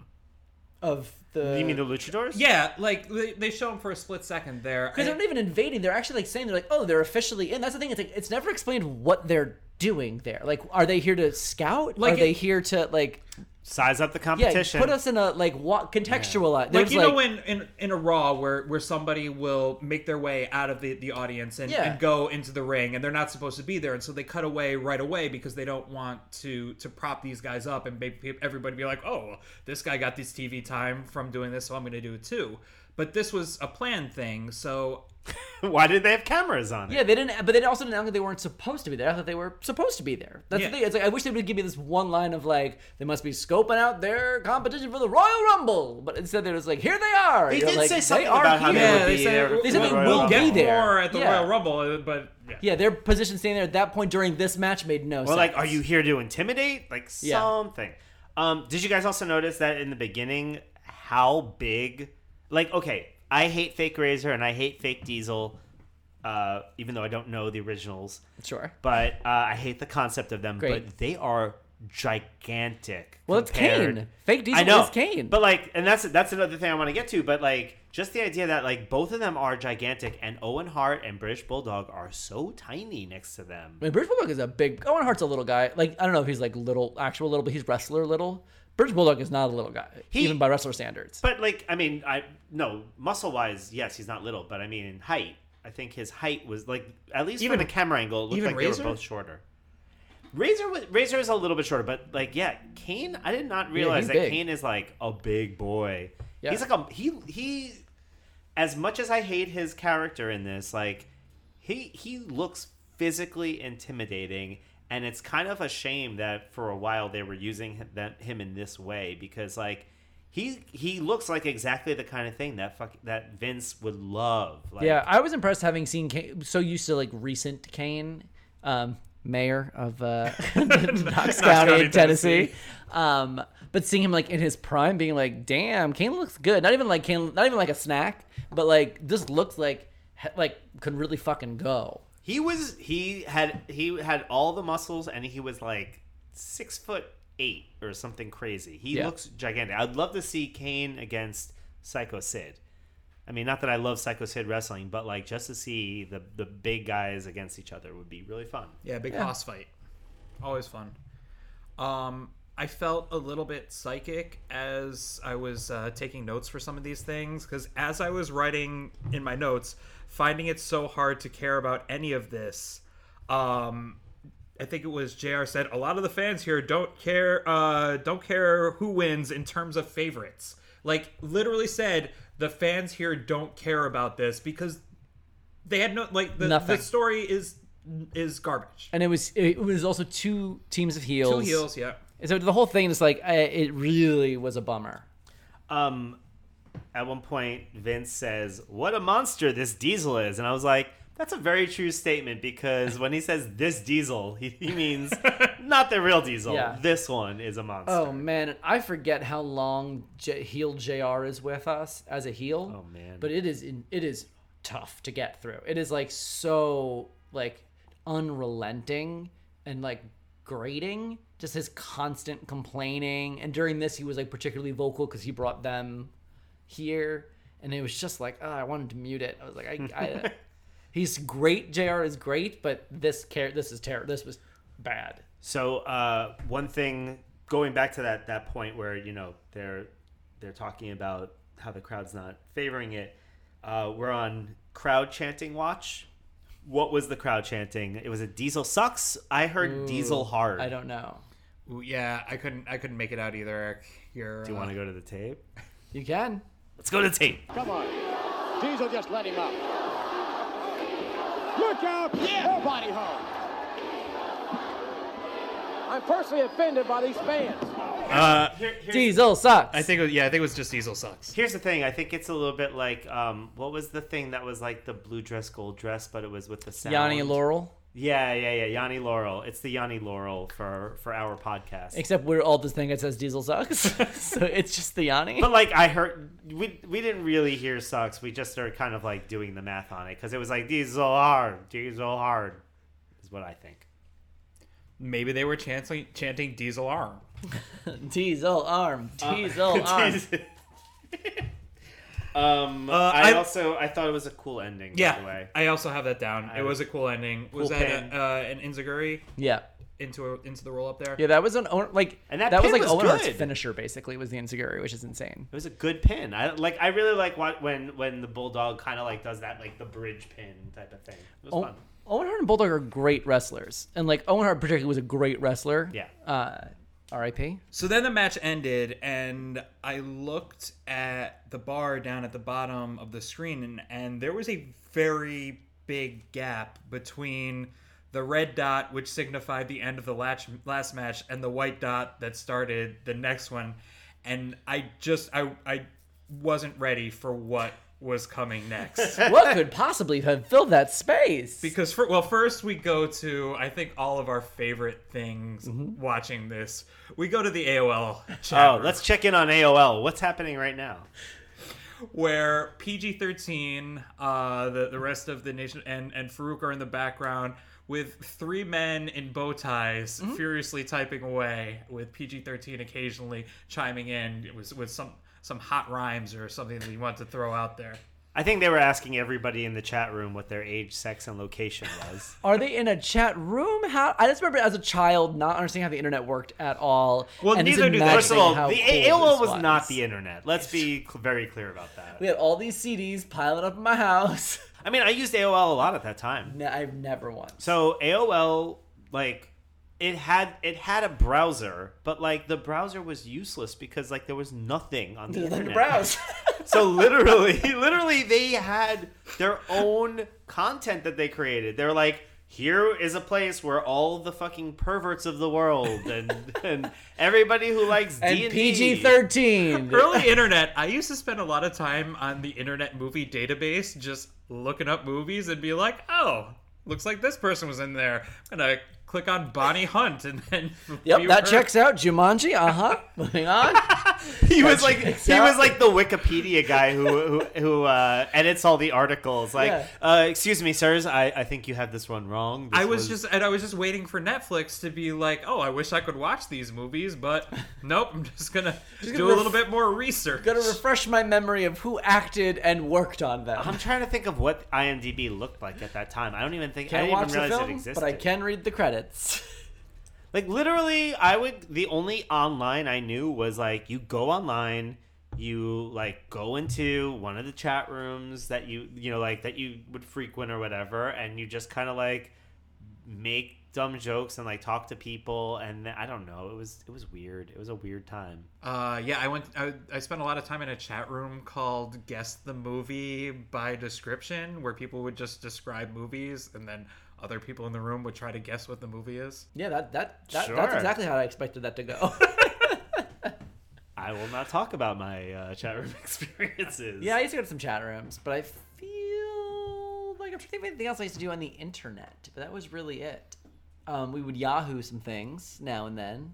S3: Of the.
S2: you mean the luchadors?
S1: Yeah, like they, they show them for a split second there.
S3: Because they're
S1: and-
S3: not even invading. They're actually like saying they're like, oh, they're officially in. That's the thing. It's like it's never explained what they're doing there. Like, are they here to scout?
S1: Like
S3: are they
S1: it-
S3: here to like?
S2: Size up the
S3: Yeah,
S2: competition.
S3: put us in a like what contextualize.
S1: like
S3: There's,
S1: you know in, in in a raw where where somebody will make their way out of the, the audience and,
S3: Yeah.
S1: and go into the ring and they're not supposed to be there and so they cut away right away because they don't want to to prop these guys up and make peop- everybody be like oh this guy got this tv time from doing this so i'm gonna do it too but this was a planned thing so
S2: <laughs> Why did they have cameras on it?
S3: Yeah, they didn't, but they also didn't act like they weren't supposed to be there. I thought they were supposed to be there. That's the
S1: Yeah.
S3: thing. It's like I wish they would give me this one line of like they must be scoping out their competition for the Royal Rumble, but instead they're just like here they are.
S2: They
S3: You're
S2: did
S3: like,
S2: say something
S3: are
S2: about how
S3: here.
S2: they would be
S1: said,
S2: there.
S1: "We'll-
S3: They said
S2: for
S3: they
S2: the Royal
S3: will
S1: we'll
S3: be
S2: Rumble."
S1: get
S3: there.
S1: more at the
S3: Yeah.
S1: royal rumble uh, but yeah.
S3: Yeah, their position staying there at that point during this match made no
S2: Or
S3: sense.
S2: like, are you here to intimidate? Like
S3: Yeah.
S2: something. Um, did you guys also notice that in the beginning, how big? Like, okay, I hate fake Razor and I hate fake Diesel, uh, even though I don't know the originals.
S3: Sure.
S2: But uh, I hate the concept of them.
S3: Great.
S2: But they are gigantic.
S3: Well, it's
S2: compared-
S3: Kane. Fake Diesel
S2: I know.
S3: is Kane.
S2: But like, and that's that's another thing I want to get to. But like, just the idea that like both of them are gigantic, and Owen Hart and British Bulldog are so tiny next to them.
S3: I mean, British Bulldog is a big. Owen Hart's a little guy. Like I don't know if he's like little, actual little, but he's wrestler little. British Bulldog is not a little guy,
S2: He-
S3: even by wrestler standards.
S2: But like, I mean, I no muscle wise, yes, he's not little, but I mean in height, I think his height was like at least even
S1: Even-
S2: from the camera angle, it looked
S1: even
S2: like
S1: Razor?
S2: they were both shorter. Razor was Razor is a little bit shorter, but like yeah, Kane, I did not realize
S3: he's
S2: that
S3: big.
S2: Kane is like a big boy.
S3: Yeah.
S2: He's like a he he. As much as I hate his character in this, like he he looks physically intimidating and it's kind of a shame that for a while they were using him, that, him in this way because like he he looks like exactly the kind of thing that fuck, that Vince would love like
S3: yeah, I was impressed having seen Kane, so used to like recent Kane, um, mayor of uh, <laughs> Knox County,
S1: County,
S3: Tennessee. Um, but seeing him like in his prime, being like, "Damn, Kane looks good." Not even like Kane, not even like a snack, but like this looks like he- like could really fucking go.
S2: he was he had he had all the muscles and he was like 6 foot 8 or something crazy he
S3: Yeah.
S2: looks gigantic i'd love to see Kane against Psycho Sid I mean, not that I love Psycho Sid wrestling, but like just to see the the big guys against each other would be really fun.
S1: Yeah, big boss fight. Always fun. Um, I felt a little bit psychic as I was uh, taking notes for some of these things because as I was writing in my notes, finding it so hard to care about any of this. Um, I think it was Jr. said a lot of the fans here don't care. Uh, don't care who wins in terms of favorites. Like literally said, the fans here don't care about this because they had no like the, the
S3: Nothing.
S1: story is is garbage.
S3: And it was it was also two teams of heels.
S1: Two heels, yeah.
S3: So the whole thing is like I, it really was a bummer.
S2: Um, at one point, Vince says, "What a monster this Diesel is," and I was like, "That's a very true statement because when he says this Diesel, he, he
S3: <laughs>
S2: means not the real Diesel.
S3: Yeah.
S2: This one is a monster."
S3: Oh man, and I forget how long J- heel Jr is with us as a heel.
S2: Oh, man.
S3: but it is in, it is tough to get through. It is like so like unrelenting and like grating. Just his constant complaining, and during this he was like particularly vocal because he brought them here, and it was just like oh, I wanted to mute it. I was like,
S2: <laughs>
S3: I, I he's great. Jr. is great, but this care this is terrible. This was bad.
S2: So uh, one thing, going back to that that point where you know they're they're talking about how the crowd's not favoring it, uh, we're on crowd chanting watch. What was the crowd chanting? It was a Diesel sucks. I heard Diesel hard.
S3: I don't know.
S1: Ooh, yeah, I couldn't. I couldn't make it out either. Eric, you're. uh,
S2: Do you want to go to the tape?
S3: You can.
S2: Let's go to the tape.
S5: Come on. Diesel just let him up. Look out! Yeah! Nobody home. I'm personally offended by these fans.
S1: Uh,
S3: Diesel sucks.
S1: I think. It was, yeah, I think it was just Diesel sucks.
S2: Here's the thing. I think it's a little bit like um, what was the thing that was like the blue dress, gold dress, but it was with the sound.
S3: Yanni Laurel.
S2: Yeah, yeah, yeah. Yanni Laurel. It's the Yanni Laurel for for our podcast.
S3: Except we're all this thing that says
S2: <laughs>
S3: Diesel sucks, so it's just the Yanni.
S2: but like I heard, we we didn't really hear sucks. We just are kind of like doing the math on it because it was like diesel hard, diesel hard, is what I think.
S1: Maybe they were chanting, chanting Diesel arm.
S3: Diesel arm.
S2: Uh,
S3: Diesel
S2: <laughs>
S3: arm.
S2: um,
S1: I
S2: I,
S1: I-
S2: also I thought it was a cool ending. By the
S1: Yeah,
S2: way.
S1: I also have that down. it was a cool ending. was that
S2: pin.
S1: a, uh, an Inzaguri
S3: Yeah.
S1: into a, into the roll up there?
S3: Yeah, that was an Owen- like
S2: And that
S3: was
S2: pin
S3: like
S2: was
S3: Owen Hart's
S2: good.
S3: finisher basically was the Insiguri, which is insane.
S2: It was a good pin. I like. I really like what, when when the bulldog kind of like does that like the bridge pin type of thing. It was
S3: O-
S2: fun.
S3: Owen Hart and Bulldog are great wrestlers, and like Owen Hart particularly was a great wrestler.
S2: Yeah.
S3: Uh,
S2: <laughs>
S3: R.I.P.
S1: So then the match ended, and I looked at the bar down at the bottom of the screen, and, and there was a very big gap between the red dot, which signified the end of the latch, last match, and the white dot that started the next one. And I just I I wasn't ready for what was coming next.
S3: what could possibly have filled that space?
S1: Because for, well, first we go to I think all of our favorite things. Watching this, we go to the AOL chat
S2: Oh, let's check in on AOL. What's happening right now?
S1: where PG thirteen, uh, the the rest of the nation and and Farouk are in the background with three men in bow ties
S3: Mm-hmm.
S1: furiously typing away with PG thirteen occasionally chiming in. It was with some some hot rhymes or something that he wanted to throw out there.
S2: I think they were asking everybody in the chat room what their age, sex, and location was.
S3: Are they in a chat room? How I just remember as a child not understanding how the internet worked at all.
S1: Well,
S3: and just
S1: neither do they.
S2: First of
S3: imagining
S2: all,
S3: how
S2: the
S3: cool
S2: AOL
S3: this
S2: was not the internet. Let's be cl- very clear about
S3: We
S2: that.
S3: had all these CDs piling up in my house. <laughs>
S2: I mean, I used AOL a lot at that time.
S3: No, I've never once.
S2: So AOL, like, it had it had a browser, but like the browser was useless because like there was nothing on the
S3: Let
S2: internet.
S3: me browse.
S2: <laughs> So literally, <laughs> literally, they had their own content that they created. They're like, here is a place where all the fucking perverts of the world and <laughs> and everybody who likes
S3: and
S2: D&D
S3: PG
S2: <laughs>
S3: thirteen.
S1: Early internet, I used to spend a lot of time on the internet movie database just looking up movies and be like, oh, looks like this person was in there. I'm gonna click on Bonnie Hunt and then <laughs>
S3: Yep,
S1: view
S3: that
S1: her.
S3: checks out. Jumanji,
S2: <laughs>
S3: uh huh. Moving on.
S2: He was like
S3: checks
S2: he
S3: out.
S2: was like the Wikipedia guy who who, who uh, edits all the articles. Like,
S3: Yeah.
S2: uh, excuse me, sirs, I, I think you have this one wrong. This
S1: I was just and I was just waiting for Netflix to be like, oh, I wish I could watch these movies, but
S2: <laughs>
S1: nope, I'm just gonna do a
S3: ref-
S1: little bit more research.
S2: <laughs>
S3: Gotta refresh my memory of who acted and worked on them.
S2: I'm trying to think of what IMDb looked like at that time. I don't even think I
S3: Can't
S2: didn't
S3: watch
S2: even
S3: the
S2: realize it
S3: film,
S2: existed.
S3: but I can read the credits. <laughs>
S2: Like literally, I would. The only online I knew was like you go online, you like go into one of the chat rooms that you you know like that you would frequent or whatever, and you just kind of like make dumb jokes and like talk to people, and I don't know. It was it was weird. It was a weird time.
S1: Uh, yeah, I went. I, I spent a lot of time in a chat room called "Guess the Movie by Description," where people would just describe movies, and then other people in the room would try to guess what the movie is.
S3: yeah, that, that, that
S2: Sure.
S3: that's exactly how I expected that to go. <laughs>
S2: I will not talk about my uh, chat room <laughs> experiences.
S3: yeah, I used to go to some chat rooms, but I feel like I'm trying to think of anything else I used to do on the internet, but that was really it. Um, we would Yahoo some things now and then.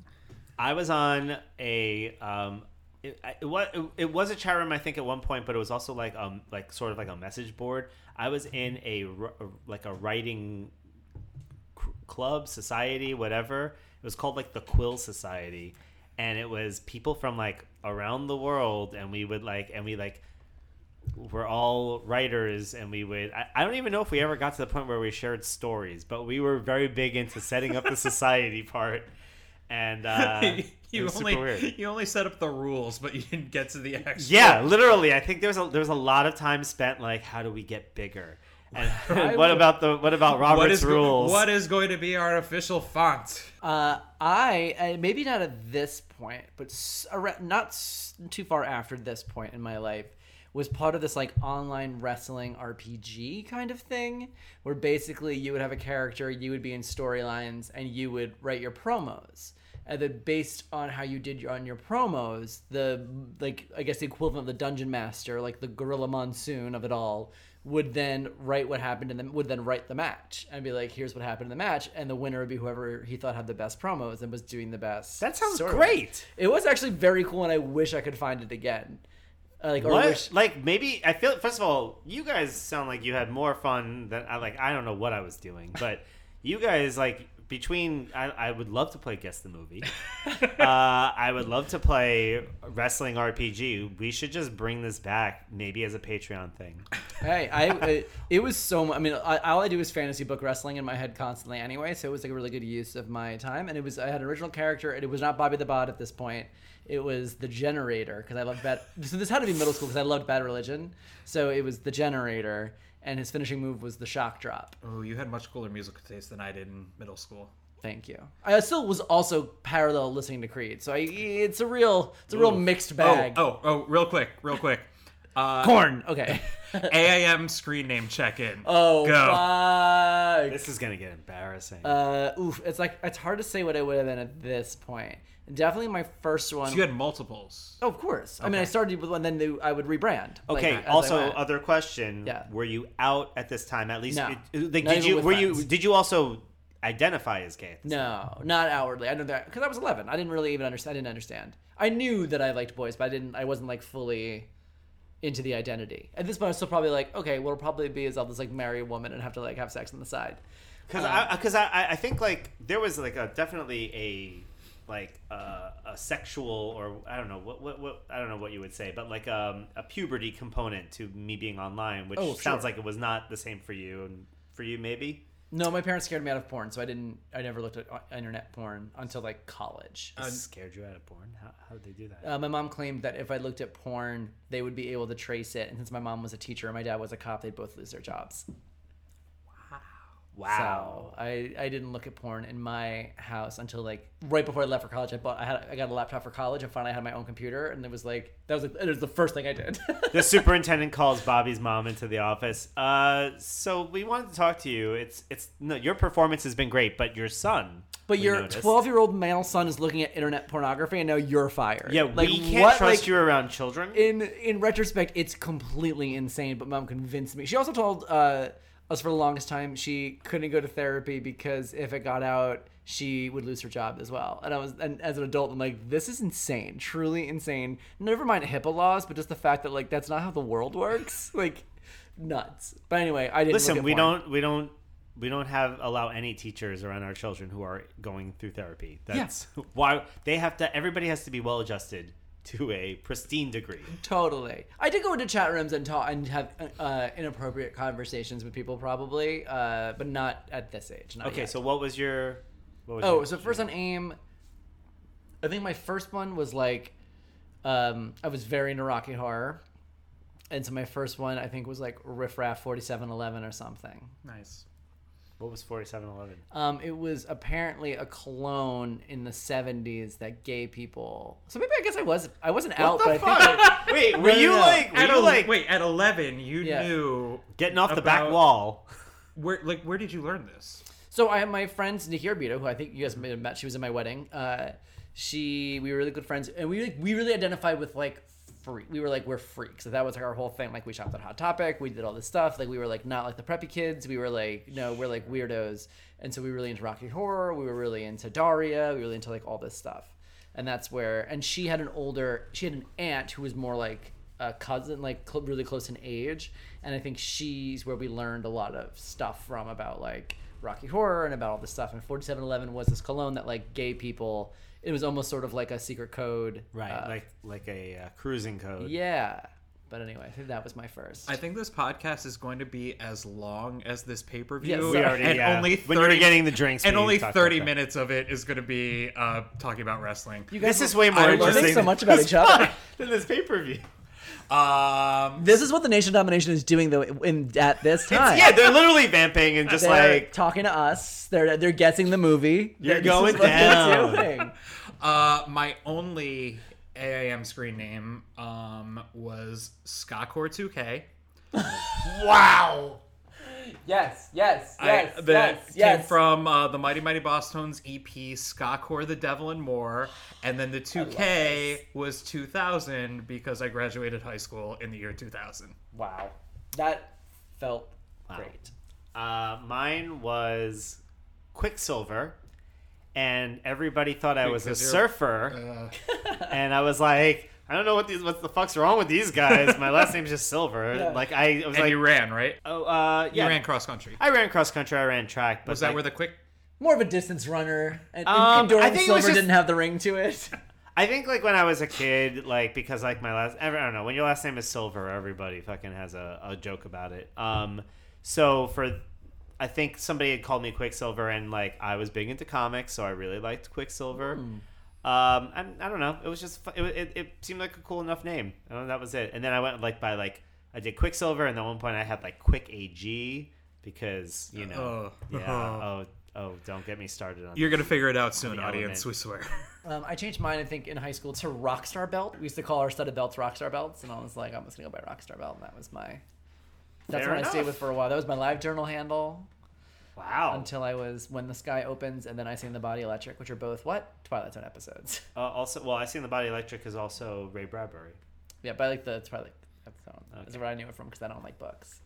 S2: I was on a um, it, I- it was it was a chat room I think at one point, but it was also like um like sort of like a message board. I was in a r- like a writing c- club society whatever it was called like the quill society and it was people from like around the world and we would like and we like were all writers, and we would. I, I don't even know if we ever got to the point where we shared stories, but we were very big into setting
S1: <laughs>
S2: up the society part. And uh, it
S1: you
S2: was
S1: only <laughs>
S2: super weird.
S1: you only set up the rules, but you didn't get to the actual.
S2: Yeah, literally. I think there was a there was a lot of time spent like, how do we get bigger?
S1: <laughs>
S2: And <laughs> what about the what about Robert's
S1: What is go-
S2: rules?
S1: what is going to be our official font?
S3: Uh, I uh, maybe not at this point, but s- arou- not s- too far after this point in my life was part of this like online wrestling RPG kind of thing, where basically you would have a character, you would be in storylines, and you would write your promos. And then uh, based on how you did your, on your promos, the like I guess the equivalent of the dungeon master, like the gorilla monsoon of it all, would then write what happened and then would then write the match and be like, here's what happened in the match, and the winner would be whoever he thought had the best promos and was doing the best.
S2: That sounds
S3: story.
S2: great.
S3: It was actually very cool, and I wish I could find it again. Uh, like, or
S2: What?
S3: wish-
S2: Like maybe I feel. First of all, you guys sound like you had more fun than I. Like I don't know what I was doing, but you guys like between. I, I would love to play guess the
S3: <laughs>
S2: movie. uh, I would love to play wrestling RPG. We should just bring this back, maybe as a Patreon
S3: <laughs>
S2: thing.
S3: hey, I it, it was so. mu- I mean, I, all I do is fantasy book wrestling in my head constantly anyway, so it was like a really good use of my time. And it was I had an original character, and it was not Bobby the Bot at this point. It was the Generator because I loved bad. So this had to be middle school because I loved Bad Religion. So it was the Generator, and his finishing move was the Shock Drop.
S1: Oh, you had much cooler musical taste than I did in middle school.
S3: Thank you. I still was also parallel listening to Creed, so I, it's a real it's a real mixed
S1: Oh,
S3: bag.
S1: oh, oh! Real quick, real quick. Uh, <laughs>
S3: corn. Okay.
S1: AIM screen name check in.
S3: Oh,
S1: go.
S3: fuck.
S2: This is gonna get embarrassing.
S3: Uh, oof, it's like it's hard to say what it would have been at this point. Definitely my first one.
S1: So you had multiples.
S3: oh, of course. I mean, I started with one, then the, I would rebrand. like,
S2: Okay.
S3: as I
S2: also,
S3: went.
S2: other question:
S3: Yeah.
S2: Were you out at this time? At least,
S3: No.
S2: it- like,
S3: Not
S2: did
S3: even
S2: you
S3: with
S2: were you
S3: friends.
S2: did you also identify as gay? At this
S3: no, not outwardly. I know that because I was eleven. I didn't really even understand. I didn't understand. I knew that I liked boys, but I didn't. I wasn't like fully into the identity. At this point, I was still probably like, okay, well, it'll probably be as I'll just like marry a woman and have to like have sex on the side. Uh,
S2: because I because I, I I think like there was like a definitely a like uh, a sexual or I don't know what, what what I don't know what you would say, but like um, a puberty component to me being online, which
S3: Oh,
S2: sounds
S3: sure.
S2: like it was not the same for you and for you maybe.
S3: No, my parents scared me out of porn, so I didn't. I never looked at uh, internet porn until like college.
S2: It scared you out of porn? How, how did they do that?
S3: Uh, my mom claimed that if I looked at porn, they would be able to trace it. And since my mom was a teacher and my dad was a cop, they'd both lose their jobs.
S2: wow.
S3: So I, I didn't look at porn in my house until like right before I left for college. I bought I had I got a laptop for college and finally I had my own computer and it was like that was like, it was the first thing I did. <laughs>
S2: the superintendent calls Bobby's mom into the office. Uh, so we wanted to talk to you. It's it's no, your performance has been great, but your son.
S3: but
S2: we
S3: your
S2: noticed-
S3: twelve year old male son is looking at internet pornography and now you're fired.
S2: Yeah,
S3: like,
S2: we can't
S3: what,
S2: trust
S3: like,
S2: you around children.
S3: in in retrospect, it's completely insane. But mom convinced me. She also told uh, us for the longest time she couldn't go to therapy because if it got out, she would lose her job as well. And I was, and as an adult, I'm like, this is insane, truly insane. Never mind HIPAA laws, but just the fact that like that's not how the world works, <laughs> like nuts. But anyway, I didn't look
S2: Listen,
S3: at
S2: we
S3: porn.
S2: don't we don't we don't have allow any teachers around our children who are going through therapy. That's why they have to. Everybody has to be well adjusted to a pristine degree.
S3: Oh, Totally. I did go into chat rooms and talk and have uh, inappropriate conversations with people, probably, uh, but not at this age. Not
S2: Okay,
S3: yet.
S2: so what was your? What was
S3: Oh,
S2: your-
S3: so first on AIM, I think my first one was like, um, I was very into Rocky Horror. And so my first one, I think, was like Riff Raff 4711 or something.
S1: Nice.
S2: what was forty seven eleven?
S3: Um, it was apparently a clone in the 70s that gay people. So maybe I guess I was I wasn't out, but I think I-
S2: Wait, were
S3: No, no,
S2: you
S3: no.
S2: like were
S1: At
S2: you
S1: el-
S2: like
S1: wait, at eleven, you
S3: Yeah.
S1: knew
S2: getting off the back
S1: about-
S2: wall?
S1: Where, like, where did you learn this?
S3: So I my friend Nikki Arbito, who I think you guys may have met. She was at my wedding. Uh, she we were really good friends, and we like, we really identified with like freak. We were like we're freaks. So that was like our whole thing. Like we shopped at Hot Topic. We did all this stuff. Like we were like not like the preppy kids. We were like no, we're like weirdos. And so we were really into Rocky Horror. We were really into Daria. We were really into like all this stuff. And that's where. And she had an older. She had an aunt who was more like a cousin, like cl- really close in age, and I think she's where we learned a lot of stuff from about like Rocky Horror and about all this stuff. And forty seven eleven was this cologne that like gay people. It was almost sort of like a secret code,
S2: right
S3: uh,
S2: like like a uh, cruising code
S3: yeah, But anyway, I think that was my first.
S1: I think this podcast is going to be as long as this pay per view.
S3: Yes,
S2: We already
S1: and
S2: yeah.
S1: only 30,
S2: when you were getting the drinks
S1: and
S2: we
S1: only
S2: talked
S1: thirty
S2: about that.
S1: minutes of it is going to be uh, talking about wrestling.
S3: you
S2: This
S3: were-
S2: is way more
S1: I learned
S3: You
S2: interesting
S3: think so much about each other.
S2: than this pay per view.
S1: Um,
S3: This is what the nation domination is doing though. In at this time,
S2: Yeah, they're literally vamping and just
S3: they're
S2: like
S3: talking to us. They're they're guessing the movie.
S2: You're
S3: This is
S2: going
S3: what they're
S2: down.
S3: doing.
S1: uh, my only AIM screen name um, was Scottcore 2K.
S2: wow.
S3: Yes, yes, yes,
S1: I, that
S3: yes,
S1: came
S3: yes.
S1: from uh, the Mighty Mighty Boss E Tones EP, Scottcore the Devil and More, and then the 2K was 2000 because I graduated high school in the year 2000.
S3: wow, that felt great.
S2: Uh, mine was Quicksilver, and everybody thought I was a
S1: Because you're-
S2: surfer, <laughs> and I was like, I don't know what these, what the fuck's wrong with these guys.
S1: <laughs>
S2: My last name's just Silver.
S3: Yeah.
S2: Like I, I was
S1: And
S2: like,
S1: you ran, right?
S2: oh, uh, yeah.
S1: You ran cross country.
S2: I ran cross country. I ran track. But
S1: Was that
S2: like,
S1: where the quick?
S3: More of a distance runner. And, and-
S2: Um,
S3: and Dorian
S2: I think it
S3: Silver
S2: was just-
S3: didn't have the ring to it. <laughs>
S2: I think like when I was a kid, like because like my last I don't know when your last name is Silver, everybody fucking has a, a joke about it. Um, so for I think somebody had called me Quicksilver, and like I was big into comics, so I really liked Quicksilver.
S1: Hmm.
S2: Um, and I don't know, it was just fu- it, it, it seemed like a cool enough name. And that was it. And then I went like by like I did Quicksilver, and at one point I had like Quick AG because you know
S1: Oh. <laughs>
S2: yeah oh oh don't get me started on
S1: You're gonna figure it out soon,
S2: The
S1: audience.
S2: element.
S1: We swear. <laughs>
S3: Um, I changed mine, I think, in high school to Rockstar Belt. We used to call our studded belts Rockstar Belts, and I was like, I'm just gonna go by Rockstar Belt, and that was my. That's
S2: Fair
S3: what I stayed
S2: enough.
S3: with for a while. That was my live journal handle
S2: wow
S3: until I was when the sky opens, and then I sing the body electric, which are both what Twilight Zone episodes. <laughs>
S2: Uh, also, well, I seen the Body Electric is also Ray Bradbury. <laughs>
S3: yeah, but I like the Twilight episode. That's where I knew it from because I don't
S2: <laughs>
S3: like books.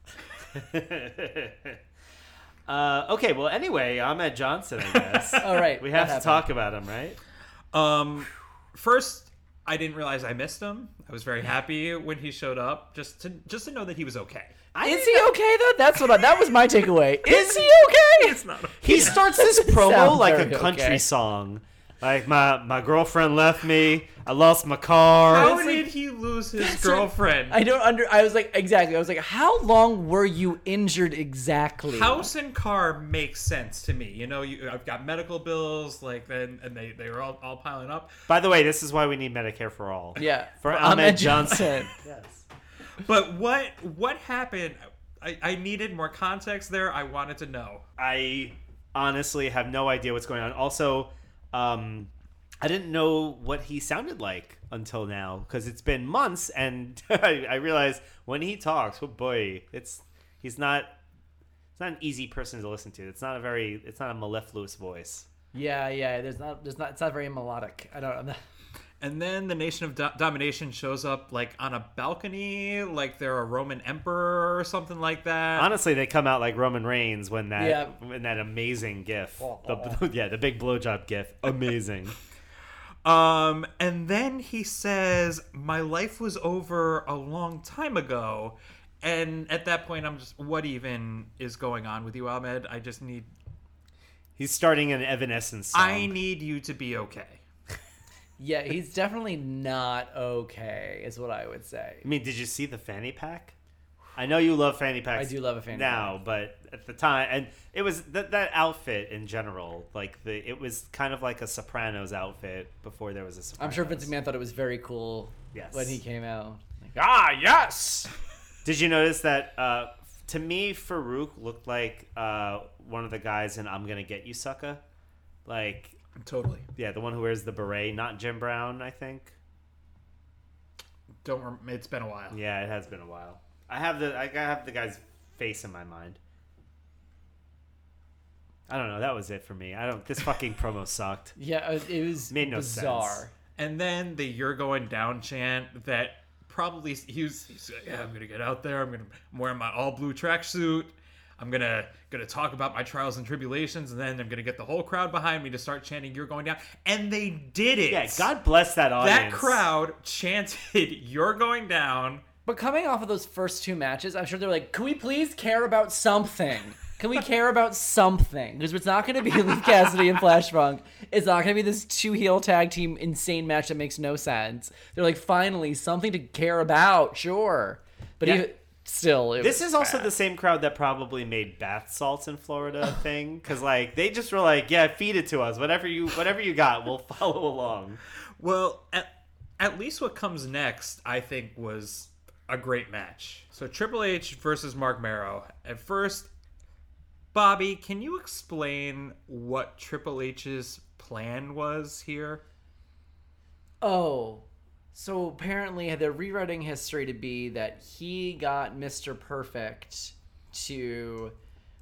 S2: uh, okay, well, anyway, Ahmed Johnson, I
S3: <laughs>
S2: guess.
S3: All right,
S2: we have to
S3: that
S2: talk about him,
S3: <laughs>
S2: right?
S1: Um, first, I didn't realize I missed him. I was very happy when he showed up, just to just to know that he was okay.
S2: I
S3: happened. Is
S2: didn't
S3: he
S2: know-
S3: okay though? That's what I, that was my <laughs> takeaway. Is he okay? It's not.
S2: He starts this promo
S3: <laughs> Sounds
S2: like a
S3: very
S2: country
S3: okay.
S2: song. Like my my girlfriend left me. I lost my car.
S1: How
S3: That's
S1: did
S3: like-
S1: he lose his girlfriend?
S3: I don't under. I was like exactly. I was like, how long were you injured exactly?
S1: House and car makes sense to me. You know, you, I've got medical bills, like then, and they they were all, all piling up.
S2: By the way, this is why we need Medicare for all.
S3: Yeah,
S2: For
S3: Ahmed
S2: Ahmed Johnson.
S3: Johnson.
S2: Yes.
S1: But what what happened? I, I needed more context there. I wanted to know.
S2: I honestly have no idea what's going on. Also, um, I didn't know what he sounded like until now because it's been months, and <laughs> I, I realized when he talks, oh boy, it's he's not. It's not an easy person to listen to. It's not a very. It's not a mellifluous voice.
S3: <laughs> Yeah, yeah. There's not. There's not. It's not very melodic. I don't. I'm not,
S1: And then the Nation of Do- Domination shows up like on a balcony, like they're a Roman emperor or something like that.
S2: Honestly, they come out like Roman Reigns when that
S3: Yeah.
S2: when that amazing GIF. The, <laughs> yeah, the big blowjob GIF. Amazing.
S1: Um, and then he says, "My life was over a long time ago." And at that point, I'm just, what even is going on with you, Ahmed? I just need,
S2: He's starting an Evanescence song.
S1: I need you to be okay.
S3: yeah, he's definitely not okay. Is what I would say.
S2: I mean, did you see the fanny pack? I know you love fanny packs.
S3: I do love a fanny
S2: now, but at the time, and it was that that outfit in general, like the it was kind of like a Sopranos outfit before there was a.
S3: I'm
S2: Sopranos.
S3: sure Vince McMahon thought it was very cool
S2: Yes.
S3: when he came out. Like,
S2: Ah, yes. <laughs> Did you notice that? Uh, to me, Farouk looked like uh, one of the guys in "I'm Gonna Get You, Sucker." Like,
S1: Totally.
S2: yeah, the one who wears the beret, not Jim Brown, I think.
S1: Don't. Rem- it's been a while.
S2: Yeah, it has been a while. I have the I have the guy's face in my mind. I don't know. That was it for me. I don't. This <laughs> fucking promo sucked.
S3: yeah, it was, it was
S2: Made no sense.
S3: bizarre.
S1: And then the "You're going down" chant that probably he was. He's like, yeah, I'm gonna get out there. I'm gonna. I'm wearing my all blue tracksuit. I'm gonna gonna talk about my trials and tribulations, and then I'm gonna get the whole crowd behind me to start chanting "You're going down," and they did it.
S2: Yeah, God bless that audience.
S1: <laughs> That crowd chanted "You're going down"
S3: But coming off of those first two matches, I'm sure they're like, can we please care about something? Can we care about something? Because it's not going to be <laughs> Luke Cassidy and Flash Funk. It's not going to be this two heel tag team insane match that makes no sense. They're like, finally, something to care about, sure. But
S2: Yeah.
S3: even still, it
S2: This
S3: was
S2: is also
S3: bad.
S2: the same crowd that probably made bath salts in Florida <laughs> a thing because like they just were like, yeah, feed it to us. Whatever you whatever you got, we'll <laughs> follow along.
S1: Well, at, at least what comes next, I think, was a great match. So Triple H versus Mark Marrow. At first, Bobby, can you explain what Triple H's plan was here?
S3: Oh, so apparently they're rewriting history to be that he got Mr. Perfect to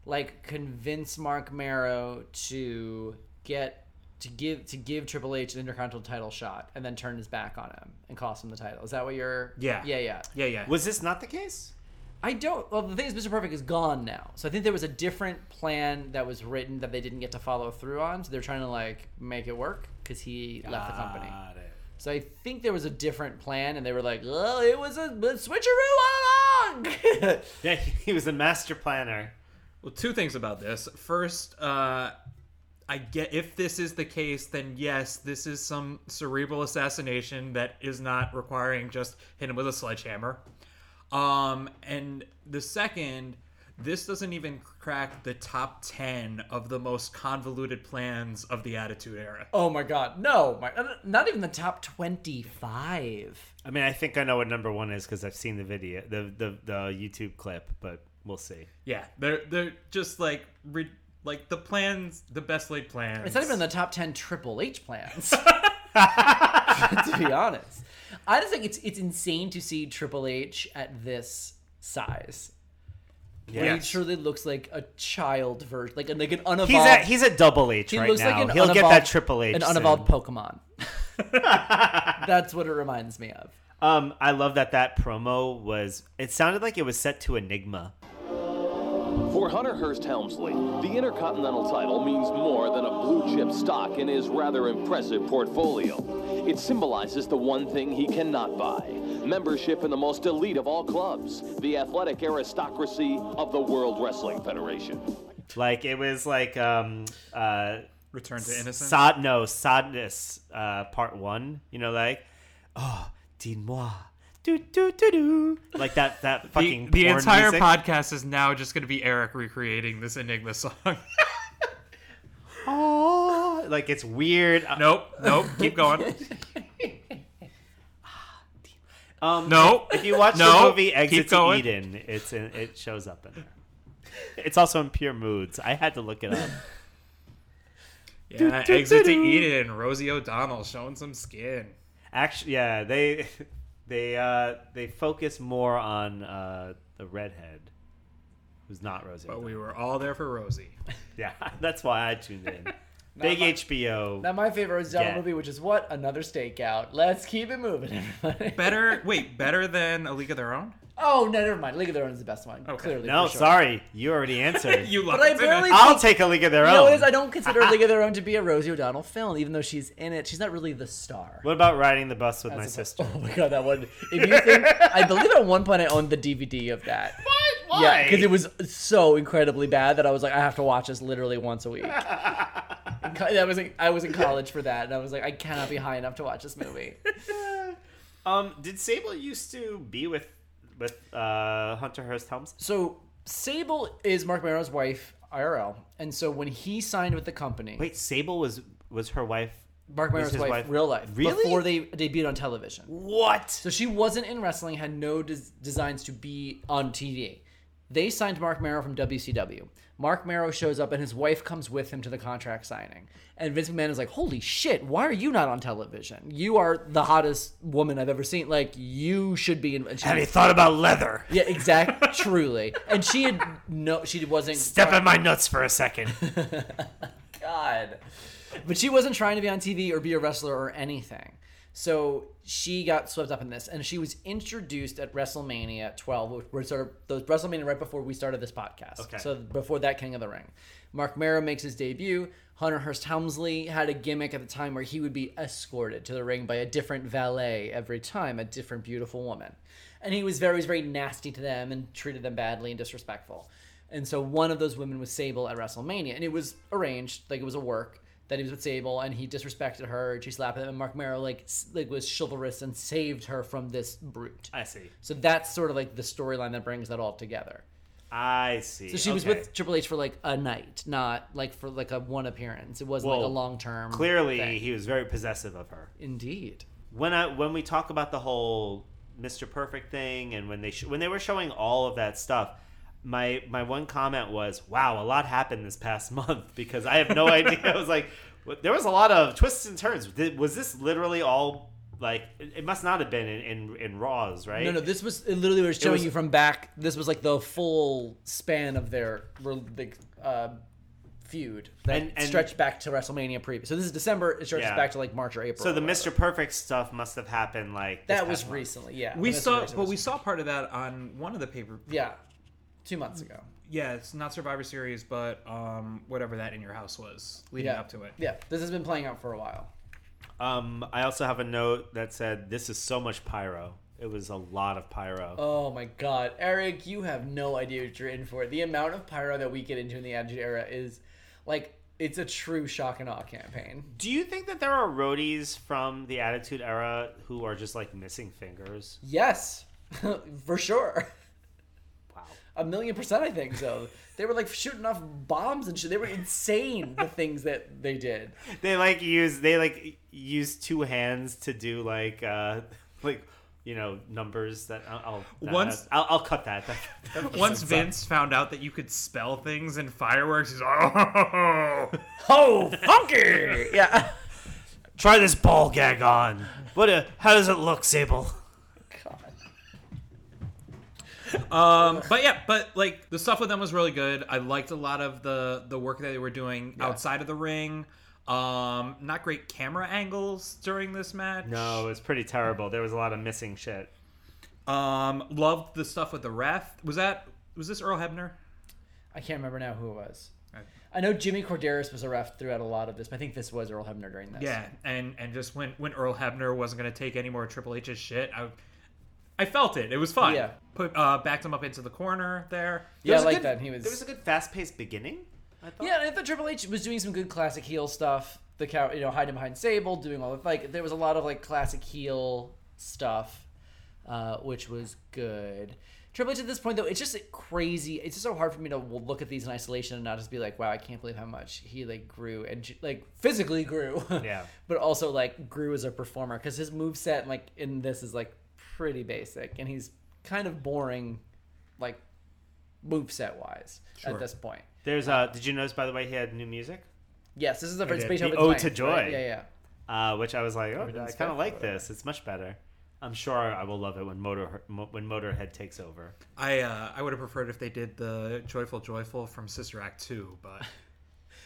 S3: like convince Mark Marrow to get to give to give Triple H an Intercontinental title shot and then turn his back on him and cost him the title. Is that what you're
S1: Yeah.
S3: Yeah, yeah.
S1: Yeah, yeah.
S2: Was this not the case?
S3: I don't. Well, the thing is, Mr. Perfect is gone now, so I think there was a different plan that was written that they didn't get to follow through on. So they're trying to like make it work because he left the company.
S2: Got it.
S3: So I think there was a different plan, and they were like, "Oh, it was a, a switcheroo all along." <laughs>
S2: Yeah, he was a master planner.
S1: Well, two things about this. First, uh, I get if this is the case, then yes, this is some cerebral assassination that is not requiring just hit him with a sledgehammer. Um, and the second, this doesn't even crack the top ten of the most convoluted plans of the Attitude Era.
S3: oh my god, no, my, uh, not even the top twenty-five.
S2: I mean, I think I know what number one is because I've seen the video, the, the the YouTube clip, but we'll see.
S1: Yeah, they're they're just like re- like the plans, the best laid plans.
S3: It's not even in the top ten Triple H <laughs> plans. to be honest, I just think it's it's insane to see Triple H at this size. Yeah, he
S1: Yes.
S3: truly looks like a child version, like an like an unevolved.
S2: He's a he's a double H
S3: He
S2: right
S3: looks
S2: now.
S3: like an
S2: He'll get that
S3: unevolved-
S2: triple H.
S3: an
S2: soon.
S3: unevolved
S2: <laughs>
S3: Pokemon. That's what it reminds me of.
S2: Um, I love that that promo was. It sounded like it was set to Enigma.
S6: For Hunter Hearst Helmsley, the Intercontinental title means more than a blue chip stock in his rather impressive portfolio. It symbolizes the one thing he cannot buy membership in the most elite of all clubs, the athletic aristocracy of the World Wrestling Federation.
S2: Like it was like um uh
S1: return to innocence.
S2: sad no sadness uh part one. You know like oh dis-moi do do do do like that that
S1: the,
S2: fucking
S1: the
S2: porn
S1: entire
S2: music.
S1: podcast is now just going to be Eric recreating this Enigma song. <laughs>
S2: Oh, like it's weird.
S1: nope, nope. Keep going.
S2: Um,
S1: No.
S2: If you watch
S1: No.
S2: the movie Exit
S1: Keep
S2: to
S1: going.
S2: Eden, it's in, it shows up in there. It's also in Pure Moods. I had to look it up.
S1: Yeah, exit to Eden. Rosie O'Donnell showing some skin.
S2: Actually, yeah, they <laughs> they uh, they focus more on uh, the redhead, who's not Rosie.
S1: But
S2: O'Donnell.
S1: we were all there for Rosie.
S2: Yeah, <laughs> that's why I tuned
S3: <laughs>
S2: in. Big
S3: my-
S2: HBO.
S3: Now my favorite is Zelda
S2: Yeah.
S3: movie, which is what another stakeout. Let's keep it moving, everybody.
S1: Better, wait, better than A League of Their Own?
S3: <laughs> Oh no, never mind. League of Their Own is the best one. Clearly,
S2: no,
S3: for sure.
S2: sorry, you already
S3: <laughs>
S2: answered.
S1: You love
S3: But I
S1: it.
S3: barely-
S2: <laughs> I'll take a league of their
S3: You know
S2: own.
S3: what it is? I
S2: <laughs>
S3: don't consider League of Their Own to be a Rosie O'Donnell film, even though she's in it. She's not really the star.
S2: What about riding the bus with my
S3: That's a-
S2: sister?
S3: <laughs> Oh my god, that one! If you think, I believe at one point I owned the DVD of that. What? Why? Yeah, because it was so incredibly bad that I was like, I have to watch this literally once a week. In co- that was like, I was in college for that, and I was like, I cannot be high enough to watch this movie.
S2: Um, did Sable used to be with with uh, Hunter Hearst Helms?
S3: So Sable is Mark Maron's wife IRL, and so when he signed with the company,
S2: Wait, Sable was was her wife.
S3: Mark Maron's
S2: his
S3: wife,
S2: wife-
S3: real life,
S2: Really?
S3: before they debuted on television.
S2: What?
S3: So she wasn't in wrestling, had no des- designs to be on TV. They signed Mark Marrow from WCW. Mark Marrow shows up and his wife comes with him to the contract signing. And Vince McMahon is like, Holy shit, why are you not on television? You are the hottest woman I've ever seen. Like, you should be in. and she-
S2: Have you thought about leather?
S3: yeah, exactly. <laughs> truly. And she had no, she wasn't.
S2: Step in my nuts for a
S3: <laughs>
S2: second.
S3: God. But she wasn't trying to be on TV or be a wrestler or anything. So she got swept up in this, and she was introduced at WrestleMania 12, which were sort of those WrestleMania right before we started this podcast.
S2: Okay.
S3: So before that, King of the Ring, Mark Mero makes his debut. Hunter Hearst Helmsley had a gimmick at the time where he would be escorted to the ring by a different valet every time, a different beautiful woman, and he was very, was very nasty to them and treated them badly and disrespectful. And so one of those women was Sable at WrestleMania, and it was arranged, like it was a work that he was with Sable, and he disrespected her, and she slapped him, and Mark Merrow like s- like was chivalrous and saved her from this brute.
S2: I see.
S3: So that's sort of like the storyline that brings that all together.
S2: I see.
S3: So she was
S2: Okay.
S3: with Triple H for like a night, not like for like a one appearance. It wasn't like
S2: Well,
S3: a long term.
S2: Clearly, he was very possessive of her.
S3: indeed.
S2: when I when we talk about the whole Mr. Perfect thing and when they sh- when they were showing all of that stuff, my my one comment was, "Wow, a lot happened this past <laughs> month." Because I
S3: <laughs>
S2: have no idea. I was like, "What- there was a lot of twists and turns. Did- was this literally all like? It it must not have been in in, in Raws, right?
S3: No, no, this was it literally was showing
S2: was-
S3: you from back. This was like the full span of their re- big uh, feud that
S2: And- and-
S3: stretched back to WrestleMania previous. So this is December. It stretches
S2: Yeah.
S3: back to like March or April.
S2: so the
S3: or whatever.
S2: Mr. Perfect stuff must have happened like this
S3: that was
S2: past month.
S3: recently. Yeah,
S1: We
S3: That was
S1: saw,
S3: recent.
S1: well, we saw part of that on one of the paper.
S3: yeah, two months ago.
S1: Yeah, it's not Survivor Series, but um, whatever that in your house was leading
S3: Yeah,
S1: up to it.
S3: Yeah, this has been playing out for a while.
S2: Um, I also have a note that said, "This is so much pyro. It was a lot of pyro."
S3: Oh my god, Eric, you have no idea what you're in for. The amount of pyro that we get into in the Attitude Era is like it's a true shock and awe campaign.
S2: Do you think that there are roadies from the Attitude Era who are just like missing fingers?
S3: Yes, <laughs> for sure.
S2: Wow.
S3: A million percent, I think so. They were like shooting off bombs and shit. They were insane. the things that they did.
S2: They like use they like use two hands to do like uh <laughs> like you know numbers that I'll I'll, nah,
S1: Once-
S2: I'll, I'll cut that. <laughs> That- that
S1: Once
S2: doesn't
S1: Vince found out that you could spell things in fireworks, he's like, <laughs> oh,
S3: Oh, funky! yeah.
S2: suck. try this ball gag on. What a how does it look, Sable?
S1: Um, but yeah, but like the stuff with them was really good. I liked a lot of the the work that they were doing outside of the ring. Um, not great camera angles during this match.
S2: No, it's pretty terrible. There was a lot of missing shit.
S1: Um, loved the stuff with the ref. Was that was this Earl Hebner?
S3: I can't remember now who it was. I know Jimmy Corderas was a ref throughout a lot of this, but I think this was Earl Hebner during this.
S1: Yeah, and and just when when Earl Hebner wasn't gonna take any more Triple H's shit, I I felt it. It was fun.
S3: Yeah.
S1: Put uh, backed him up into the corner there.
S2: There
S3: Yeah, I
S2: was a
S3: like
S2: good-
S3: that. He was.
S2: There was a good fast paced beginning. I thought.
S3: Yeah, and I thought Triple H was doing some good classic heel stuff. The cow, you know, hiding behind Sable, doing all the like. There was a lot of like classic heel stuff, uh, which was good. Triple H at this point though, it's just crazy. It's just so hard for me to w- look at these in isolation and not just be like, wow, I can't believe how much he like grew and j- like physically grew. <laughs>
S2: Yeah.
S3: But also like grew as a performer because his move set like in this is like pretty basic and he's kind of boring, like move set wise
S1: Sure.
S3: at this point.
S2: There's uh did you notice by the way he had new music?
S3: Yes, this is the first
S2: did.
S3: Space
S2: The
S3: Jam
S2: Ode
S3: Ode
S2: to Joy.
S3: right? Yeah, yeah.
S2: uh, which I was like, oh,
S3: didn't
S2: I
S3: expect
S2: kind of like
S3: that.
S2: this. It's much better. I'm sure I will love it when Motor Mo- when Motorhead takes over.
S1: I uh, I would have preferred if they did the joyful joyful from Sister Act two, but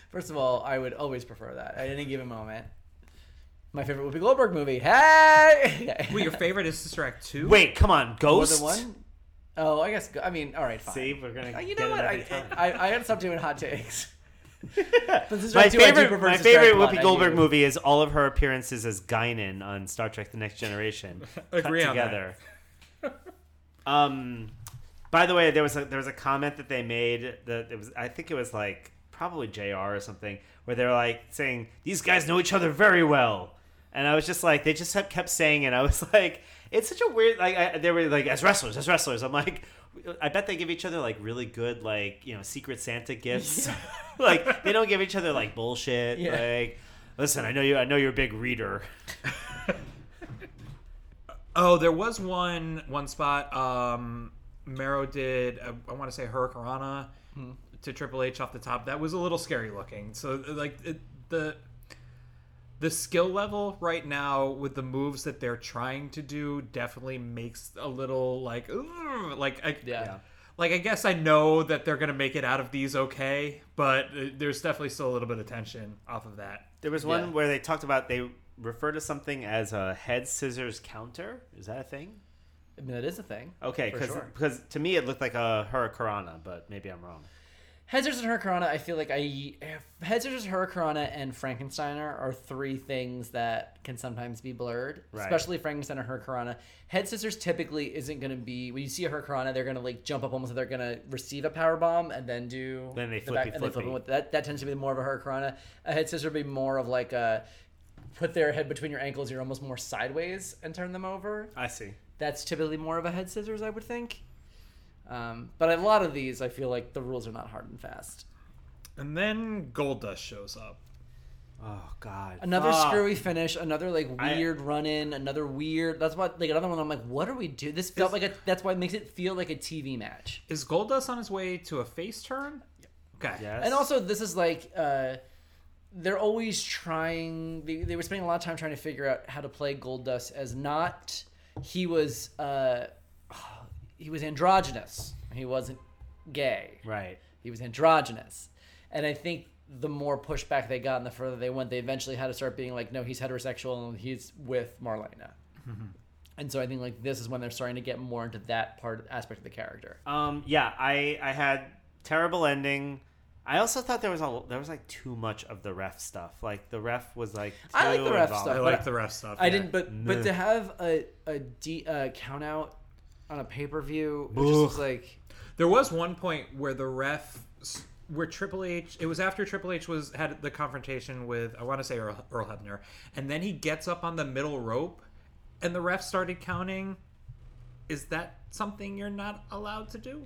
S3: First of all, I would always prefer that at any given moment. My favorite Whoopi Goldberg movie. Hey, <laughs>
S2: <laughs>
S1: wait, your favorite is Sister Act two?
S2: Wait, come on,
S3: more
S2: Ghost.
S3: than one. Oh, I guess. I mean, all right, fine.
S2: See, we're gonna.
S3: Uh, you
S2: get
S3: know
S2: it
S3: what?
S2: every
S3: I,
S2: time.
S3: I I gotta stop doing hot
S2: <laughs>
S3: takes. But this is
S2: my
S3: right, too, I do
S2: favorite,
S3: prefer
S2: my
S3: to distract
S2: favorite
S3: a lot, I
S2: Whoopi
S3: do.
S2: Goldberg movie is all of her appearances as Guinan on Star Trek: The Next Generation.
S1: <laughs> Agree
S2: cut
S1: on that.
S2: together.
S1: <laughs>
S2: um, by the way, there was a, there was a comment that they made that it was I think it was like probably Jr. or something where they were like saying these guys know each other very well, and I was just like they just kept kept saying it. I was <laughs> like it's such a weird like I, they were like as wrestlers as wrestlers. I'm like. I bet they give each other like really good like you know secret Santa gifts. <laughs> like they don't give each other like bullshit.
S3: Yeah.
S2: Like, listen, I know you. I know you're a big reader. <laughs>
S1: <laughs> Oh, there was one one spot. Um, Mero did uh, I want to say Hurricanrana to Triple H off the top. That was a little scary looking. So like it, the the skill level right now with the moves that they're trying to do definitely makes a little like "Ugh," like I,
S3: Yeah. Yeah.
S1: Like I guess I know that they're gonna make it out of these okay, but uh, there's definitely still a little bit of tension off of that.
S2: There was one
S3: Yeah.
S2: where they talked about they refer to something as a head scissors counter? Is that a thing?
S3: I mean, that is a thing.
S2: Okay,
S3: For
S2: because
S3: sure.
S2: to me it looked like a hurricanrana, but maybe I'm wrong.
S3: Headsers and Hurricanrana, I feel like I Headsers, Hurricanrana, and Frankensteiner are three things that can sometimes be blurred,
S2: Right.
S3: especially Frankenstein and Hurricanrana. Head scissors typically isn't going to be when you see a Hurricanrana, they're going to like jump up almost like they're going to receive a power bomb and then do
S2: Then they
S3: the back-
S2: flippy
S3: and they flip
S2: flippy.
S3: them with that. That tends to be more of a Hurricanrana. A head scissor would be more of like a put their head between your ankles, you're almost more sideways and turn them over
S2: I see.
S3: that's typically more of a head scissors, I would think. Um, but a lot of these, I feel like the rules are not hard and fast.
S1: And then Goldust shows up.
S2: Oh God.
S3: Another
S2: Fuck.
S3: screwy finish, another like
S2: I-
S3: weird run in, another weird. That's what like another one. I'm like, what are we do? This felt like a. That's why it makes it feel like a TV match.
S1: Is Goldust on his way to a face turn? Okay.
S2: Yes.
S3: And also, this is like uh, they're always trying. They, they were spending a lot of time trying to figure out how to play Goldust as not he was uh, <sighs> he was androgynous. He wasn't gay.
S2: right.
S3: He was androgynous. And I think the more pushback they got and the further they went, they eventually had to start being like, no, he's heterosexual and he's with Marlena. and so I think like this is when they're starting to get more into that part aspect of the character.
S2: Um. Yeah. I I had terrible ending. I also thought there was a there was like too much of the ref stuff. Like the ref was like.
S3: I like
S2: too
S3: the ref
S2: involved.
S1: I
S3: stuff.
S1: like the ref stuff.
S3: I
S1: yeah.
S3: didn't, but but to have a a D, uh, count out on a pay per view, just was like
S1: There was one point where the ref, where Triple H, it was after Triple H was had the confrontation with I want to say Earl, Earl Hebner, and then he gets up on the middle rope, and the ref started counting. Is that something you're not allowed to do?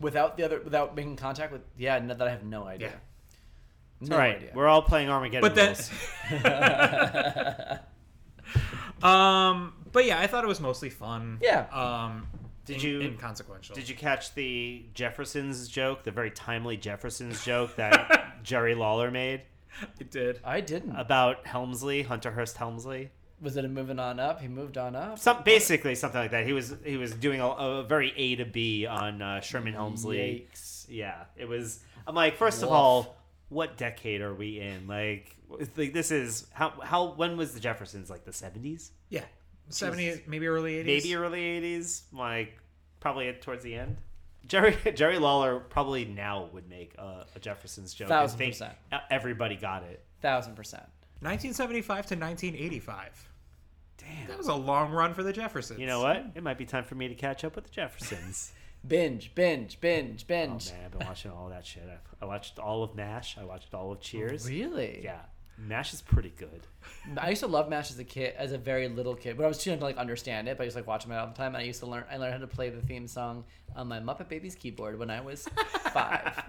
S3: without the other without making contact with. Yeah, no, that I have no idea. No
S2: All right.
S3: idea.
S2: We're all playing Armageddon.
S1: But then, <laughs>
S2: rules.
S1: um, but yeah, I thought it was mostly fun.
S3: Yeah.
S1: Um,
S2: Did
S1: in-
S2: you-
S1: inconsequential?
S2: Did you catch the Jeffersons joke, the very timely Jeffersons joke that Jerry Lawler made
S1: It did.
S3: <laughs> I didn't.
S2: about Helmsley, Hunter Hearst Helmsley?
S3: was it a moving on up? He moved on up.
S2: Some basically something like that. He was he was doing a, a very A to B on uh, Sherman Helmsley.
S3: Yikes.
S2: Yeah, it was. I'm like, first of
S3: Woof.
S2: all, what decade are we in? Like, it's like this is how how when was the Jeffersons? Like the 70s,
S1: Yeah. Seventies, maybe early eighties.
S2: maybe early 80s. Like probably towards the end. Jerry <laughs> Jerry Lawler probably now would make a, a Jeffersons joke. and
S3: Thousand
S2: think
S3: percent.
S2: Everybody got it.
S3: Thousand percent.
S1: 1975 to 1985.
S2: Damn.
S1: That was a long run for the Jeffersons.
S2: You know what? It might be time for me to catch up with the Jeffersons.
S3: Binge, binge, binge,
S2: Oh
S3: binge.
S2: man, I've been watching all that shit. I, I watched all of Nash. I watched all of Cheers.
S3: really?
S2: Yeah, Nash is pretty good.
S3: I used to love MASH as a kid, as a very little kid, but I was too young to like understand it. But I used to like watch them all the time, and I used to learn. I learned how to play the theme song on my Muppet Babies keyboard when I <laughs> was
S1: <laughs>
S3: five.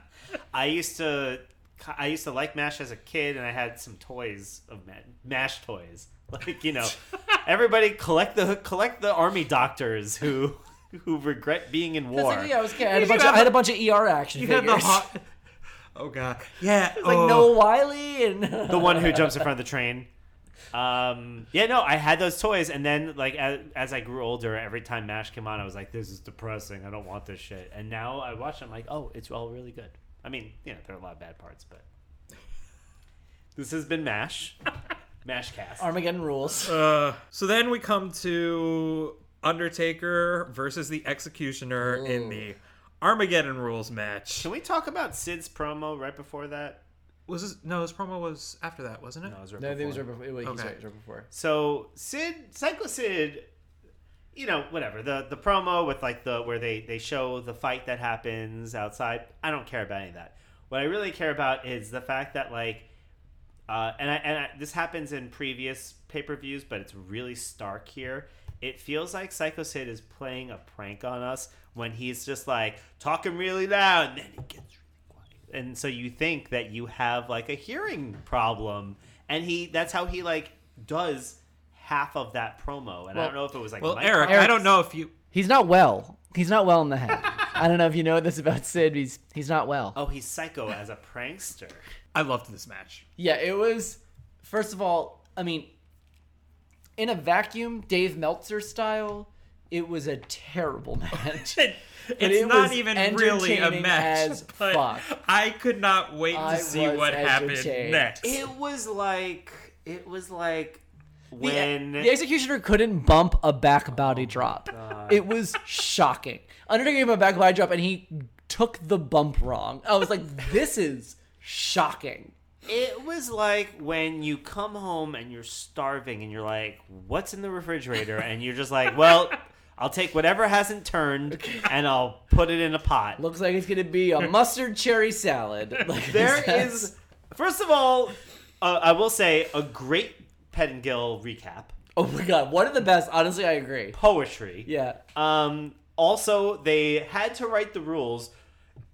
S2: I used to, I used to like Mash as a kid, and I had some toys of Ma- Mash toys. <laughs> Like you
S3: <laughs>
S2: know, everybody collect the collect the army doctors who who regret being in
S3: I was
S2: war.
S3: like, yeah, I was a kid. I had a
S1: should
S3: bunch. Of,
S1: have
S3: I had
S1: the-
S3: a bunch of ER action
S1: You had
S3: figures.
S1: the hot. Oh god. Yeah.
S3: <laughs> like
S1: oh.
S3: Noah Wiley and
S2: the one who jumps in front of the train. Um, yeah, no, I had those toys, and then like as, as I grew older, every time Mash came on, I was like, "This is depressing. I don't want this shit." And now I watch, it, I'm like, "Oh, it's all really good." I mean, you know, there are a lot of bad parts, but this has been Mash, Mash Cast.
S3: <laughs> Armageddon rules.
S1: Uh, so then we come to Undertaker versus the Executioner in the Armageddon Rules match.
S2: Can we talk about Sid's promo right before that?
S1: Was this, no, this promo was after that, wasn't it?
S2: No, it was right
S3: No,
S2: before.
S3: it was right before. It was, he's
S1: Okay.
S3: right, it was right before.
S2: So Sid, Psycho Sid, you know, whatever the the promo with like the where they they show the fight that happens outside. I don't care about any of that. What I really care about is the fact that like, uh, and I, and I, this happens in previous pay per views, but it's really stark here. It feels like Psycho Sid is playing a prank on us when he's just like talking really loud, and then he gets really quiet and so you think that you have like a hearing problem and he that's how he like does half of that promo and i don't know if it was like
S1: Well,
S2: mic-
S1: Eric, I don't know if you.
S3: He's not well. He's not well in the <laughs> head. I don't know if you know this about Sid. He's he's not well.
S2: oh he's psycho as a prankster
S1: I loved this match.
S3: Yeah, it was. First of all, I mean, in a vacuum, Dave Meltzer style, it was
S2: <laughs>
S3: a terrible match.
S1: It, it's
S3: But it
S1: not
S3: was
S1: even really a
S3: entertaining
S1: match. <laughs>
S3: as
S1: but
S3: fuck.
S1: I could not wait to
S3: I
S1: see
S3: was
S1: what happened
S3: entertained.
S1: next.
S2: it was like It was like when
S1: e-
S2: Oh,
S3: the executioner couldn't bump a back body drop. It was shocking. Undertaker gave him a back body drop and he took the bump wrong. I was like, this is shocking.
S2: It was like when you come home and you're starving and you're like, what's in the refrigerator? And you're just like, well, I'll take whatever hasn't turned and I'll put it in a pot.
S3: Looks like it's gonna
S2: <laughs>
S3: be a mustard cherry salad. Like, <laughs>
S2: there
S3: that's-
S2: is, first of all, uh, I will say a great Pettingill recap.
S3: Oh my god, one of the best. Honestly, I agree.
S2: Poetry.
S3: Yeah.
S2: Um, also, they had to write the rules.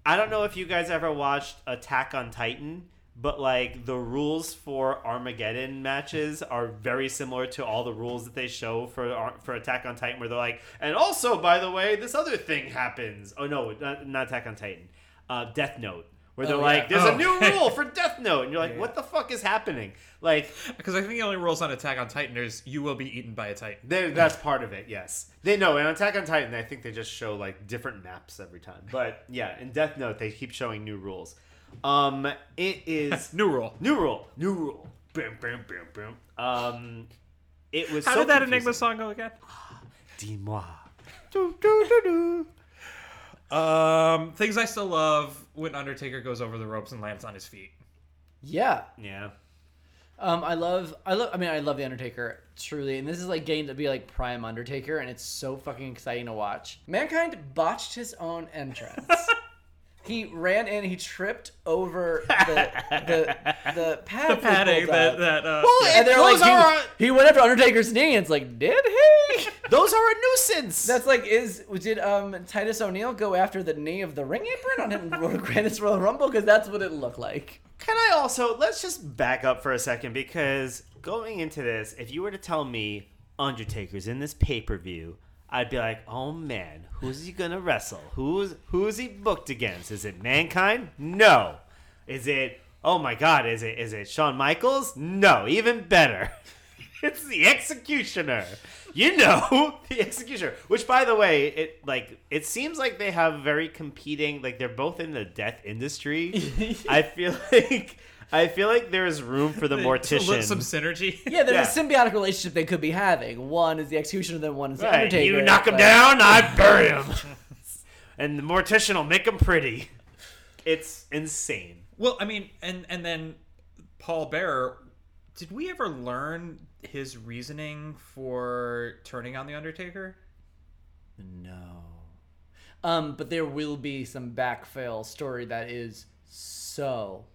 S2: I don't know if you guys ever watched Attack on Titan, but like the rules for Armageddon matches are very similar to all the rules that they show for Ar- for Attack on Titan, where they're like, and also by the way, this other thing happens. Oh no, not, not Attack on Titan, uh, Death Note. Where they're
S3: Oh, yeah.
S2: like, there's
S1: Oh,
S2: a new
S1: okay.
S2: rule
S3: <laughs>
S2: for Death Note, and you're like, what the fuck is happening? Like,
S1: Because I think the only rules on Attack on Titan is you will be eaten by a Titan.
S2: They, that's part of it, yes. They know in Attack on Titan, I think they just show like different maps every time. But yeah, in Death Note, they keep showing new rules. Um, it
S1: <laughs>
S2: is
S1: New rule.
S2: new rule, new rule. Boom, boom, boom, boom. Um, it was.
S1: How
S2: so
S1: did that
S2: confusing.
S1: Enigma song go again?
S2: Dis-moi.
S1: Um, things I still love when Undertaker goes over the ropes and lands on his feet.
S3: Yeah.
S2: Yeah.
S3: Um, I love, I love, I mean, I love the Undertaker truly, and this is like getting to be like prime Undertaker, and it's so fucking exciting to watch. Mankind botched his own
S2: <laughs>
S3: entrance. he ran in, he tripped over the the
S2: <laughs>
S3: the pad.
S1: The
S3: for
S1: padding that
S3: Bulldog.
S1: that uh,
S2: Well,
S3: and they're like,
S2: those are a,
S3: he, he went after Undertaker's knee, and it's like, did he?
S2: <laughs> those are a nuisance.
S3: That's like, is did um Titus O'Neil go after the knee of the ring apron on Granite's <laughs> Royal Rumble? Because that's what it looked like.
S2: Can I also let's just back up for a second because going into this, if you were to tell me Undertaker's in this pay per view, I'd be like, oh man, who's he gonna wrestle? Who's who's he booked against? Is it Mankind? No. Is it oh my god? Is it is it Shawn Michaels? No. Even better. <laughs> It's the executioner. You know, <laughs> the executioner. Which by the way, it like it seems like they have very competing like they're both in the death
S3: <laughs>
S2: industry. I feel like I feel like there is room for the mortician.
S1: Some synergy.
S3: Yeah, there's
S2: Yeah.
S3: a symbiotic relationship they could be having. One is the executioner, then one is the
S2: Right,
S3: Undertaker.
S2: You knock him
S3: Like,
S2: down, I bury him. <laughs> and the mortician will make him pretty. It's insane.
S1: Well, I mean, and and then Paul Bearer. Did we ever learn his reasoning for turning on the Undertaker?
S2: No.
S3: Um, but there will be some backfill story that is so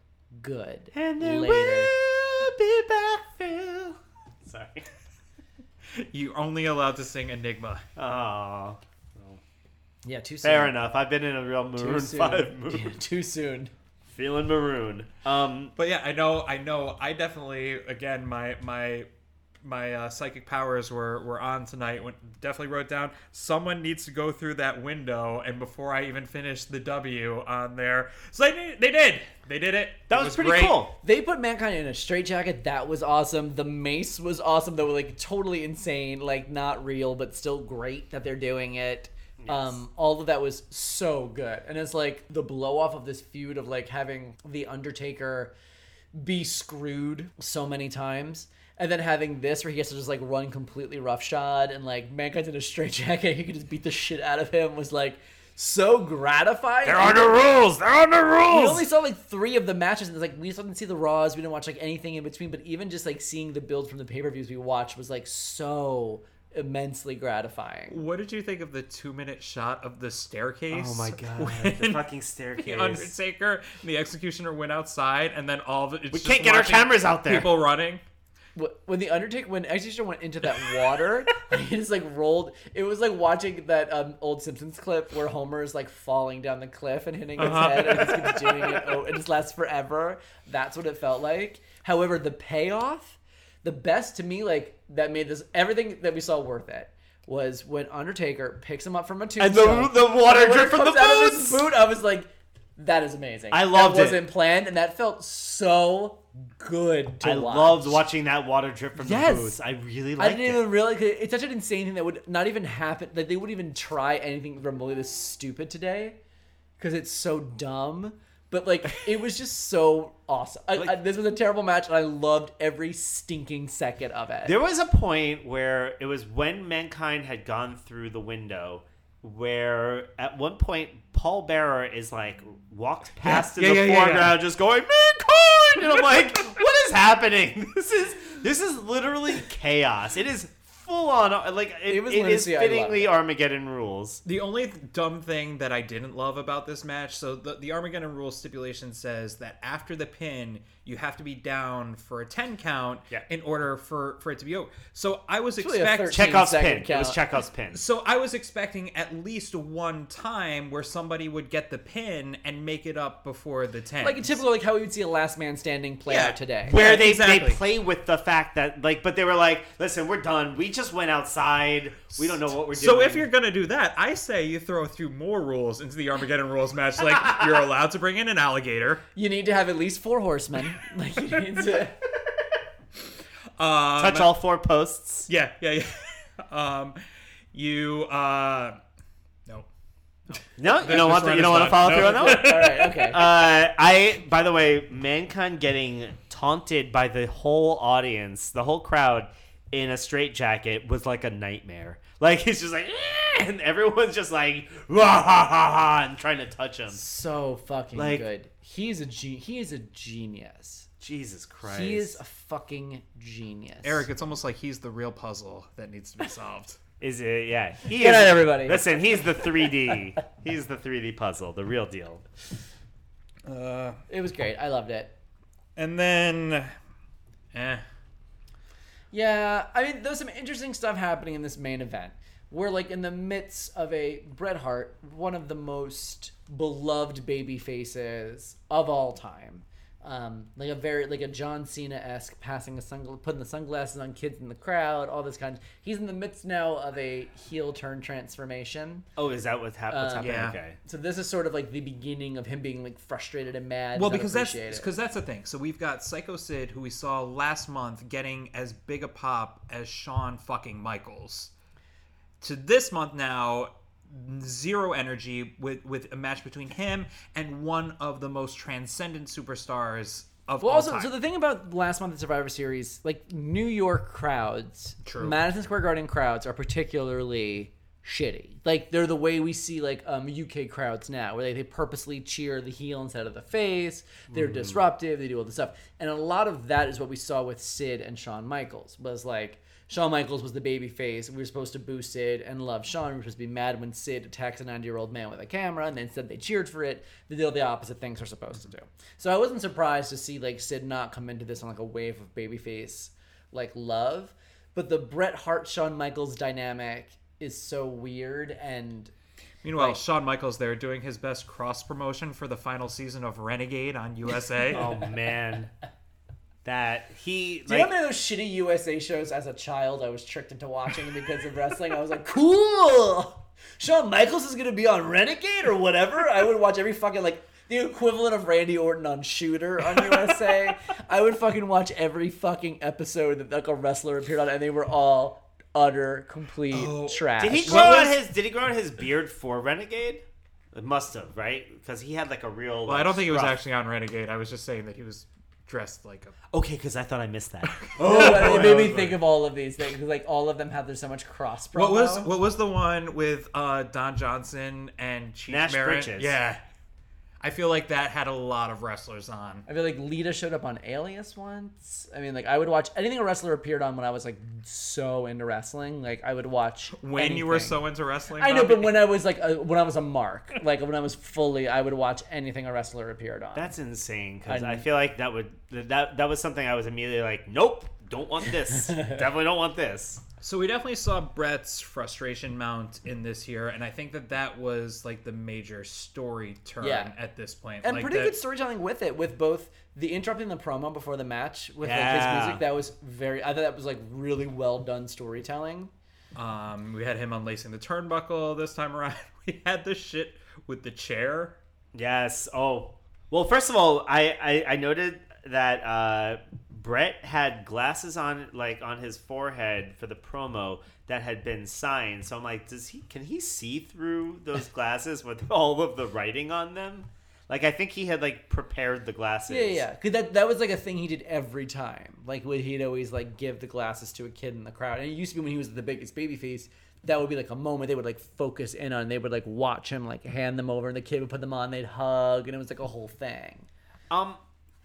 S3: good.
S2: And there
S3: later.
S2: will be backfill. Sorry. <laughs>
S1: You're only allowed to sing Enigma.
S2: Oh.
S3: Yeah, too soon.
S2: Fair enough. I've been in a real Maroon
S3: Too soon.
S2: Five mood.
S3: <laughs> Yeah, too soon.
S2: Feeling maroon. Um,
S1: But yeah, I know, I know, I definitely again my my my uh, psychic powers were were on tonight. When definitely wrote down someone needs to go through that window, and before I even finished the W on there, so they did, they did, they did it.
S2: that
S1: It
S2: was, pretty
S1: great.
S2: cool.
S3: They put Mankind in a straitjacket. That was awesome. The mace was awesome. That was like totally insane, like not real, but still great that they're doing it. Um, all of that was so good. And it's like the blow off of this feud of like having the Undertaker be screwed so many times. And then having this where he has to just like run completely roughshod and like Mankind's in a straitjacket, <laughs> he could just beat the shit out of him was like so gratifying.
S2: They're on the rules. They're on the
S3: We
S2: rules.
S3: only saw like three of the matches, and it's like we just didn't see the Raws. We didn't watch like anything in between. But even just like seeing the build from the pay per views we watched was like so immensely gratifying.
S1: What did you think of the two minute shot of the staircase?
S2: oh my god! The
S1: <laughs> when
S2: fucking
S1: The
S2: staircase.
S1: Undertaker and the Executioner went outside, and then all of it.
S2: We can't get our cameras out there.
S1: People running.
S3: Wh- When the Undertaker, when Executioner went into that water,
S2: <laughs>
S3: he just like rolled. It was like watching that um, old Simpsons clip where Homer is like falling down the cliff and hitting his
S2: Uh-huh.
S3: head, and just keeps doing it. Oh, it just lasts forever. That's what it felt like. However, the payoff. the best to me like that made this everything that we saw worth it was when Undertaker picks him up from a tombstone
S2: And the, the water
S3: and when
S2: drip
S3: it
S2: from the
S3: comes out of his
S2: boots.
S3: boot. I was like, that is amazing.
S2: I loved
S3: that
S2: it.
S3: Wasn't planned, and that felt so good to
S2: I
S3: watch.
S2: loved watching that water drip from
S3: Yes.
S2: the boots. I really
S3: I
S2: liked
S3: didn't
S2: it.
S3: even realize 'cause it's such an insane thing that would not even happen. That they would even try anything remotely this stupid today, because it's so dumb.
S2: <laughs>
S3: But like, it was just so awesome. I, I, this was a terrible match, and I loved every stinking second of it.
S2: There was a point where it was when mankind had gone through the window, where at one point Paul Bearer is like walked past
S1: yeah,
S2: in the
S1: yeah, yeah, yeah.
S2: foreground, just going mankind, and I'm
S1: <laughs>
S2: like, what is happening? <laughs> This is this is literally chaos. It is full on like it,
S3: It was
S2: it is
S3: Lindsay, I loved
S2: fittingly
S3: it.
S2: Armageddon rules.
S1: The only th- dumb thing that I didn't love about this match, so the, the Armageddon rule stipulation says that after the pin, you have to be down for a 10 count
S2: Yeah.
S1: in order for, for it to be over. So I was
S3: really a
S1: expecting.
S3: 13
S2: Chekhov's
S3: second
S2: pin. It was
S3: count.
S2: Chekhov's pin.
S1: So I was expecting at least one time where somebody would get the pin and make it up before the 10.
S3: like a typical like how we would see a last man standing play
S1: Yeah.
S3: out today.
S2: where
S1: Yeah,
S2: they,
S1: exactly.
S2: they play with the fact that like but they were like listen we're done we just went outside we don't know what we're doing
S1: So if you're gonna do that, I say you throw through more rules into the Armageddon rules match.
S3: <laughs>
S1: Like you're allowed to bring in an alligator.
S3: You need to have at least four horsemen.
S2: <laughs>
S3: <laughs> Like you need to.
S1: Um,
S2: touch all four posts
S1: Yeah, yeah, <laughs> yeah. Um, you uh, no.
S2: no you don't want
S1: this
S2: to, you don't
S1: one
S2: want
S1: is
S2: to follow
S1: done.
S2: through on
S1: No.
S2: that
S3: <laughs>
S1: <laughs>
S2: one
S3: All right. Okay.
S2: Oh, uh, I by the way mankind getting taunted by the whole audience the whole crowd in a straitjacket was like a nightmare like he's just like "Eh," and everyone's just like "Wah, ha, ha, ha," and trying to touch him
S3: so fucking
S2: like-
S3: good. He's a ge- he is a genius.
S2: Jesus Christ
S3: He is a fucking genius.
S1: Eric, it's almost like he's the real puzzle that needs to be <laughs> solved.
S2: Is it? Yeah. He
S3: Get
S2: is,
S3: out, everybody.
S2: Listen, he's the 3D. he's the 3D puzzle, the real deal.
S3: it was great. I loved it.
S1: Uh, and then, eh.
S3: Yeah, I mean, there's some interesting stuff happening in this main event. We're like in the midst of a Bret Hart, one of the most beloved baby faces of all time. Um, like a very like a John Cena esque passing a sunglass, putting the sunglasses on kids in the crowd, all this kind. Of, he's in the midst now of a heel turn transformation.
S2: Oh, is that what's, hap- what's happening?
S1: yeah.
S2: Okay.
S3: So this is sort of like the beginning of him being like frustrated and mad.
S1: Well,
S3: and not
S1: because that's
S3: appreciated.
S1: because that's the thing. So we've got Psycho Sid, who we saw last month, getting as big a pop as Shawn fucking Michaels. To this month now, zero energy with with a match between him and one of the most transcendent superstars of
S3: Well,
S1: all
S3: also,
S1: time.
S3: so the thing about last month at Survivor Series, like New York crowds,
S1: True.
S3: Madison Square Garden crowds are particularly shitty. Like they're the way we see like um, UK crowds now, where they, they purposely cheer the heel instead of the face.
S1: Mm-hmm.
S3: They're disruptive. They do all this stuff, and a lot of that is what we saw with Sid and Shawn Michaels. Was like Shawn Michaels was the baby face. We were supposed to boo Sid and love Shawn. We were supposed to be mad when Sid attacks a 90 year old man with a camera, and instead they cheered for it. They did all the opposite things they're supposed to do. So I wasn't surprised to see like Sid not come into this on like a wave of babyface like love. But the Bret Hart Shawn Michaels dynamic is so weird and
S1: Meanwhile, Shawn Michaels there doing his best cross promotion for the final season of Renegade on USA. <laughs>
S2: Oh man, that he
S3: Do you
S2: like.
S3: remember those shitty USA shows as a child I was tricked into watching because of wrestling? I was like, cool! Shawn Michaels is gonna be on Renegade or whatever? I would watch every fucking, like, the equivalent of Randy Orton on Shooter on USA. I would fucking watch every fucking episode that, like, a wrestler appeared on, and they were all utter, complete trash.
S2: Oh, Did he grow out his? Did he grow out his beard for Renegade? It must have, right? Because he had like a real.
S1: well, I don't think he was actually on Renegade. I was just saying that he was dressed like a
S2: Okay, because I thought I
S1: <laughs>
S2: missed that. Oh,
S3: No, it made me think of all of these things, 'cause, like, all of them have there's so much cross promo.
S1: What was what was the one with uh, Don Johnson and Chief
S2: Nash
S1: Marin?
S2: Bridges.
S1: Yeah, I feel like that had a lot of wrestlers on.
S3: I feel like Lita showed up on Alias once. I mean, like I would watch anything a wrestler appeared on when I was like so into wrestling. Like I would watch
S1: When you were
S3: anything.
S1: so into wrestling,
S3: I know,
S1: Bobby?
S3: but when I was like a, when I was a mark, like when I was fully, I would watch anything a wrestler appeared on.
S2: That's insane. Because
S3: I-
S2: I feel like that would that that was something I was immediately like, nope, don't want this. Definitely don't want this.
S1: so we definitely saw Brett's frustration mount in this here, and I think that that was like the major story turn
S3: Yeah.
S1: at this point.
S3: and
S1: like
S3: pretty
S1: that-
S3: good storytelling with it, with both the interrupting the promo before the match with like
S2: Yeah.
S3: his music. That was very. I thought that was like really well done storytelling.
S1: Um, we had him unlacing the turnbuckle this time around. <laughs> We had the shit with the chair.
S2: Yes. Oh. Well, first of all, I I, I noted that uh, Brett had glasses on, like on his forehead for the promo that had been signed. <laughs> So I'm like, does he? Can he see through those glasses with all of the writing on them? Like I think he had like prepared the glasses.
S3: Yeah, yeah, because that that was like a thing he did every time. Like when he'd always like give the glasses to a kid in the crowd, and it used to be when he was the biggest babyface. That would be like a moment they would like focus in on. They would like watch him like hand them over, and the kid would put them on. They'd hug, and it was like a whole thing.
S2: Um,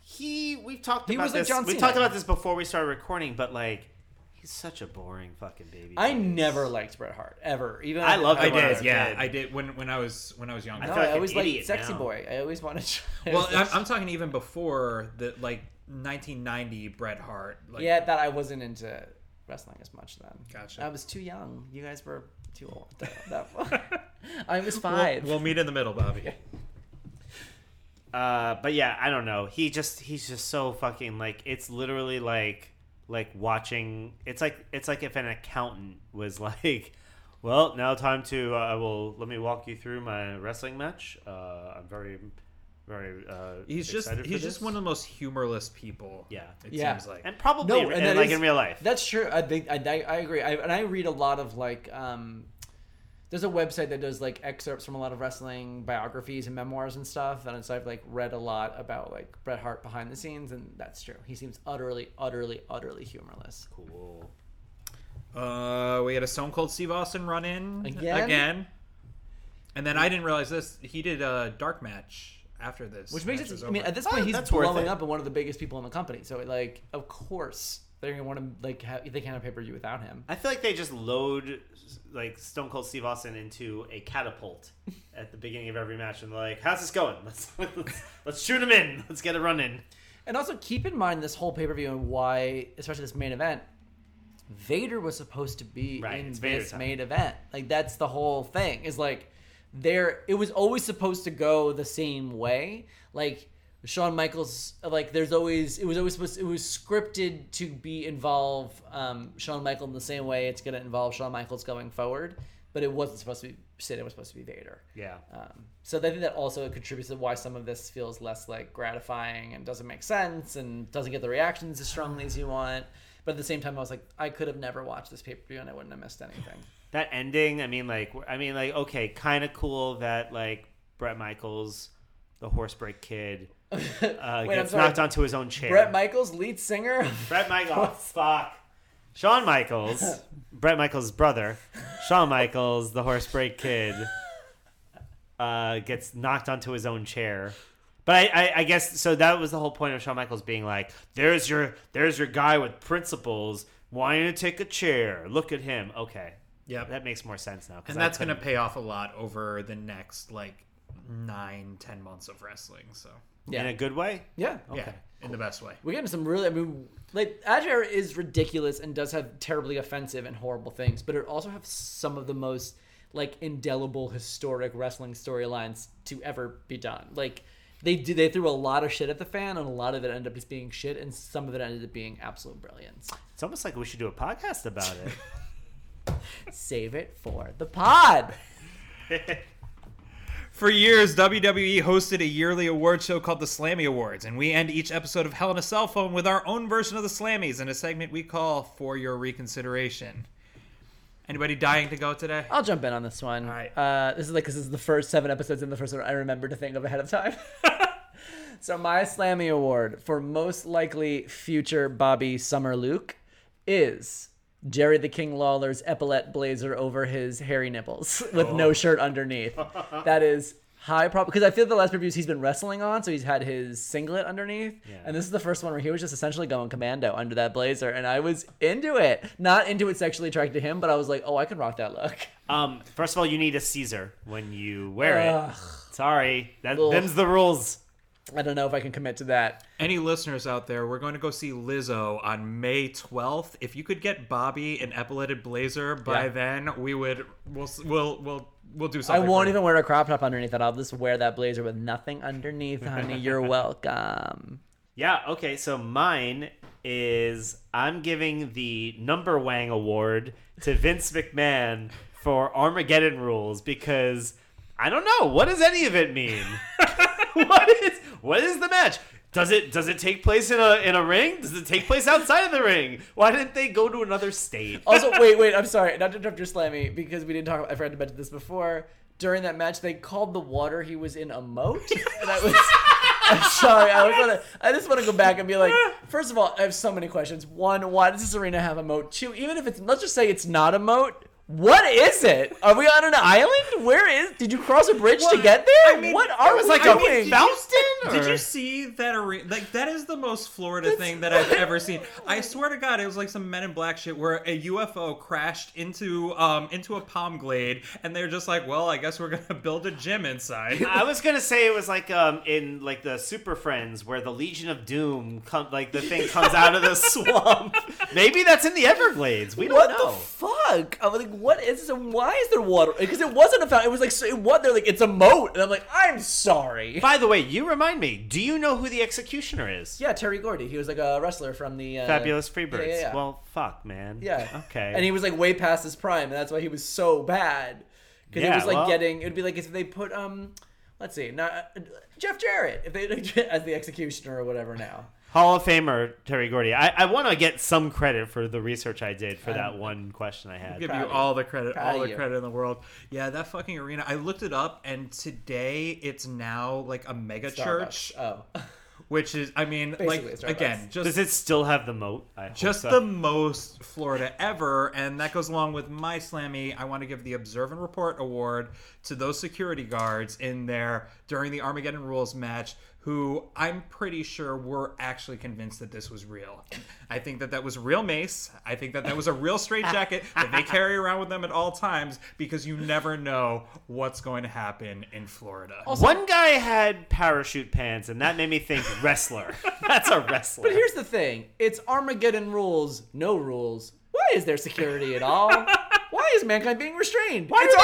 S2: he we've talked
S3: He
S2: about
S3: was like
S2: this.
S3: John
S2: we
S3: Cena.
S2: talked about this before we started recording, but like he's such a boring fucking baby.
S3: I
S2: face.
S3: never liked Bret Hart ever. Even
S2: I loved
S3: I,
S1: I
S2: him. when
S1: did,
S2: was a
S1: yeah,
S2: kid.
S1: I did when when I was when I was younger.
S2: I
S3: no,
S2: feel like
S3: I
S2: an
S3: always liked
S2: idiot
S3: sexy
S2: now.
S3: boy. I always wanted. To
S1: well, I'm, I'm talking even before the like 1990 Bret Hart. Like,
S3: yeah, that I wasn't into wrestling as much then.
S1: Gotcha.
S3: I was too young. You guys were too old. That, that- <laughs> I was 5
S1: We'll, we'll meet in the middle, Bobby.
S2: Uh, but yeah, I don't know. He just he's just so fucking like it's literally like like watching. It's like it's like if an accountant was <laughs> like, well, now time to uh, I will let me walk you through my wrestling match. Uh, I'm very very. Uh,
S1: He's just
S2: excited for
S1: he's
S2: this."
S1: just one of the most humorless people.
S2: Yeah.
S1: it
S3: Yeah.
S1: seems like.
S2: and probably
S3: and that
S2: like
S3: is-
S2: in real life.
S3: That's true. I think I, I, I agree. I, and I read a lot of like, um, there's a website that does like excerpts from a lot of wrestling biographies and memoirs and stuff. And so I've like read a lot about like Bret Hart behind the scenes, and that's true. He seems utterly, utterly, utterly humorless.
S2: cool.
S1: Uh, we had a Stone Cold Steve Austin run in
S3: Again?
S1: and then I didn't realize this. He did a dark match after this,
S3: Which makes
S1: match
S3: it.
S1: was
S3: I mean,
S1: over.
S3: at this point,
S2: Oh,
S3: he's
S2: that's worth
S3: blowing
S2: it.
S3: up and one of the biggest people in the company. So like, of course, they're gonna want to like have, they can't have pay per view without him.
S2: I feel like they just load like Stone Cold Steve Austin into a catapult
S1: <laughs>
S2: at the beginning of every match, and they're like, "How's this going? Let's <laughs> let's, let's shoot him in. Let's get a run in."
S3: And also keep in mind this whole pay per view and why, especially this main event, Vader was supposed to be
S2: Right,
S3: in
S2: it's Vader
S3: this
S2: time.
S3: main event. Like that's the whole thing. Is like there it was always supposed to go the same way. Like Shawn Michaels like there's always it was always supposed it was scripted to be involve um Shawn Michaels in the same way it's gonna involve Shawn Michaels going forward, but it wasn't supposed to be Sid, it was supposed to be Vader.
S2: Yeah.
S3: Um, so I think that also contributes to why some of this feels less like gratifying and doesn't make sense and doesn't get the reactions as strongly as you want. But at the same time, I was like, I could have never watched this pay per view and I wouldn't have missed anything.
S2: that ending i mean like i mean like okay kind of cool that like brett michaels the horsebreak
S3: <laughs>
S2: kid uh, gets
S3: sorry.
S2: knocked onto his own chair
S3: Brett Michaels, lead singer.
S2: brett
S3: <laughs>
S2: michaels fuck Shawn Michaels, Brett Michaels' brother, Shawn Michaels, the horsebreak
S3: <laughs>
S2: kid, uh, gets knocked onto his own chair. But I, I, I guess so. That was the whole point of Shawn Michaels being like, "There's your, there's your guy with principles wanting to take a chair. Look at him. Okay,
S1: Yep.
S2: that makes more sense now. 'cause
S1: and
S2: I
S1: that's going to
S2: couldn't-
S1: pay off a lot over the next like nine, ten months of wrestling. So
S3: Yeah.
S2: in a good way.
S3: yeah.
S1: yeah, in the best way.
S3: We're getting some really, I mean, like, Ajair is ridiculous and does have terribly offensive and horrible things, but it also has some of the most, like, indelible historic wrestling storylines to ever be done. Like, they do, they threw a lot of shit at the fan, and a lot of it ended up just being shit, and some of it ended up being absolute brilliance.
S2: It's almost like we should do a podcast about
S3: <laughs>
S2: it.
S3: Save it for the pod!
S1: For years, WWE hosted a yearly award show called the Slammy Awards, and we end each episode of Hell in a Cell Phone with our own version of the Slammies in a segment we call For Your Reconsideration. Anybody dying to go today?
S3: I'll jump in on this one. All
S1: right.
S3: Uh, this is like this is the first seven episodes and the first one I remember to think of ahead of time. <laughs> so my Slammy Award for most likely future Bobby Summer Luke is Jerry the King Lawler's epaulette blazer over his hairy nipples <laughs> with no shirt underneath. that is high prob because I feel the last reviews he's been wrestling on, so he's had his singlet underneath, and this is the first one where he was just essentially going commando under that blazer, and I was into it. Not into it sexually attracted to him, but I was like, oh, I can rock that look.
S2: Um, first of all, you need a Caesar when you wear
S3: Ugh.
S2: it. Sorry, that,
S3: Ugh.
S2: them's the rules.
S3: I don't know if I can commit to that.
S1: Any listeners out there, we're going to go see Lizzo on May 12th. If you could get Bobby an epauletted blazer by
S3: Yeah.
S1: then, we would we'll we'll we'll, we'll do
S3: I
S1: something. for
S3: won't
S1: you.
S3: even wear a crop top underneath that. I'll just wear that blazer with nothing underneath,
S1: <laughs>
S3: honey. You're welcome.
S2: Yeah. Okay. So mine is I'm giving the number wang award to
S3: <laughs>
S2: Vince McMahon for Armageddon rules because I don't know what does any of it
S3: <laughs>
S2: mean. what is what is the match? Does it does it take place in a in a ring? Does it take place outside of the ring? Why didn't they go to another state?
S3: Also, wait, wait. I'm sorry. Not to interrupt your slammy because we didn't talk. About, I forgot to mention this before. during that match they called the water he was in a moat. And I was <laughs> I'm sorry, I was gonna I just wanna go back and be like, first of all, I have so many questions. One, why does this arena have a moat? Two, even if it's let's just say it's not a moat. What is it? Are we on an island? Where is? Did you cross a bridge to get there? what are we
S1: like
S3: doing?
S1: a
S2: Fountain?
S1: Did
S2: or-
S1: you see that arena? Like that is the most Florida thing that I've ever seen. I swear to God, it was like some Men in Black shit where a UFO crashed into um into a palm glade, and they're just like, "Well, I guess we're gonna <laughs> build a gym inside."
S2: I was gonna say it was like um in like the Super Friends where the Legion of Doom come like the thing comes out
S3: <laughs>
S2: of the swamp. Maybe that's in the Everglades. We don't
S3: What
S2: know.
S3: the fuck? I was like, what is this? And why is there water? Because it wasn't a fountain. It was like, so it was, they're like, it's a moat. And I'm like, I'm sorry.
S2: By the way, you remind me. Do you know who the executioner is?
S3: <laughs> Yeah, Terry Gordy. He was like a wrestler from the uh,
S2: Fabulous Freebirds.
S3: Yeah, yeah, yeah.
S2: Well, fuck, man.
S3: yeah.
S2: Okay.
S3: And he was like way past his prime, and that's why he was so bad. Because
S2: Yeah,
S3: he was like
S2: well-
S3: getting. It'd be like if they put um, let's see, not uh, Jeff Jarrett, if they <laughs> as the executioner or whatever. Now
S2: Hall of Famer Terry Gordy. I, I want to get some credit for the research I did for that one question I had.
S1: give
S3: Proud
S1: you
S3: of you.
S1: all the credit,
S3: Proud
S1: all
S3: of
S1: the
S3: you.
S1: credit in the world. Yeah, that fucking arena. I looked it up, and today it's now like a mega church,
S3: Starbucks. Oh, <laughs>
S1: which is, I mean,
S3: Basically,
S1: like
S3: Starbucks.
S1: again, just
S2: Does it still have the moat? I hope
S1: just
S2: so.
S1: the most Florida ever, and that goes along with my slammy. I want to give the Observe and Report Award to those security guards in there during the Armageddon Rules match who I'm pretty sure were actually convinced that this was real. I think that that was real mace. I think that that was a real <laughs> straitjacket that they carry around with them at all times because you never know what's going to happen in Florida.
S2: One guy had parachute pants, and that made me think
S3: <laughs>
S2: wrestler. <laughs> That's a wrestler.
S3: but here's the thing: it's Armageddon rules, no rules. Why is there security
S2: <laughs>
S3: at all? Why is mankind being restrained?
S2: Why
S3: it's
S2: do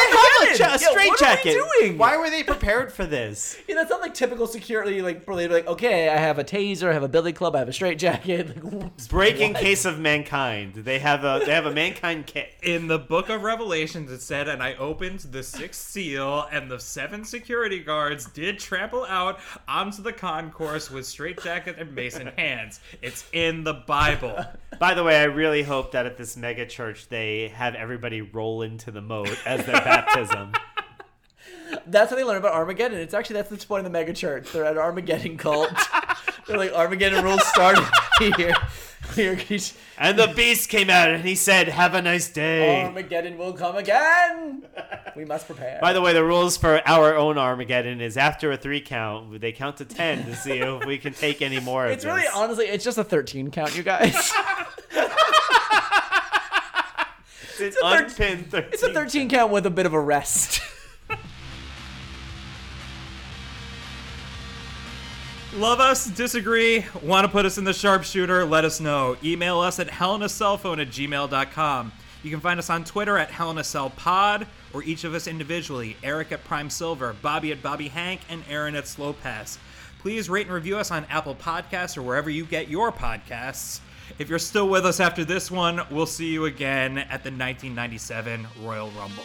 S2: they have a,
S3: Armageddon! Yeah,
S2: straight jacket?
S3: What are we doing?
S2: Why were they prepared for
S3: <laughs>
S2: this?
S3: Yeah, that's not like typical security, like where they'd be like, okay, I have a taser, I have a billy club, I have a straight jacket. <laughs> Like, whoops.
S2: Break in case of mankind. They have a they have a mankind kit.
S1: in the book of revelations it said and i opened the sixth seal and the seven security guards did trample out onto the concourse with straitjacket and mace in hands it's in the bible
S2: By the way, I really hope that at this mega church they have everybody roll into the moat as their baptism.
S3: that's how they learn about Armageddon. It's actually that's the point of the mega church. They're at
S2: <laughs>
S3: an Armageddon cult. They're like Armageddon rules started here. Here,
S2: <laughs> And the beast came out and he said, "Have a nice day."
S3: Armageddon will come again. We must prepare.
S2: By the way, the rules for our own Armageddon is after a three count, they count to ten to see if we can take any more of
S3: it's really
S2: this.
S3: honestly, it's just a thirteen count, you guys.
S2: it's
S3: a thir-
S2: unpinned 13.
S3: It's a thirteen count with a bit of
S2: <laughs>
S3: a rest.
S1: love us disagree want to put us in the sharpshooter let us know email us at helenaCellphone at gmail.com you can find us on twitter at helenaCellPod or each of us individually eric at prime silver bobby at bobby hank and aaron at slow pass please rate and review us on apple podcasts or wherever you get your podcasts if you're still with us after this one we'll see you again at the 1997 royal rumble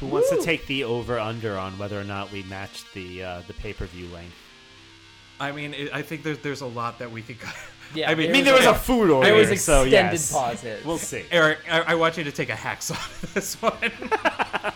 S2: Who wants to take the over under on whether or not we match the uh, the pay per view length?
S1: i mean it, i think there's, there's a lot that we could
S3: Yeah,
S1: i mean,
S3: I mean, there was a
S2: food order.
S3: There was
S2: so
S3: extended
S2: yes.
S3: pauses.
S2: We'll see.
S1: Eric, I, I want you to take a hacksaw to this one.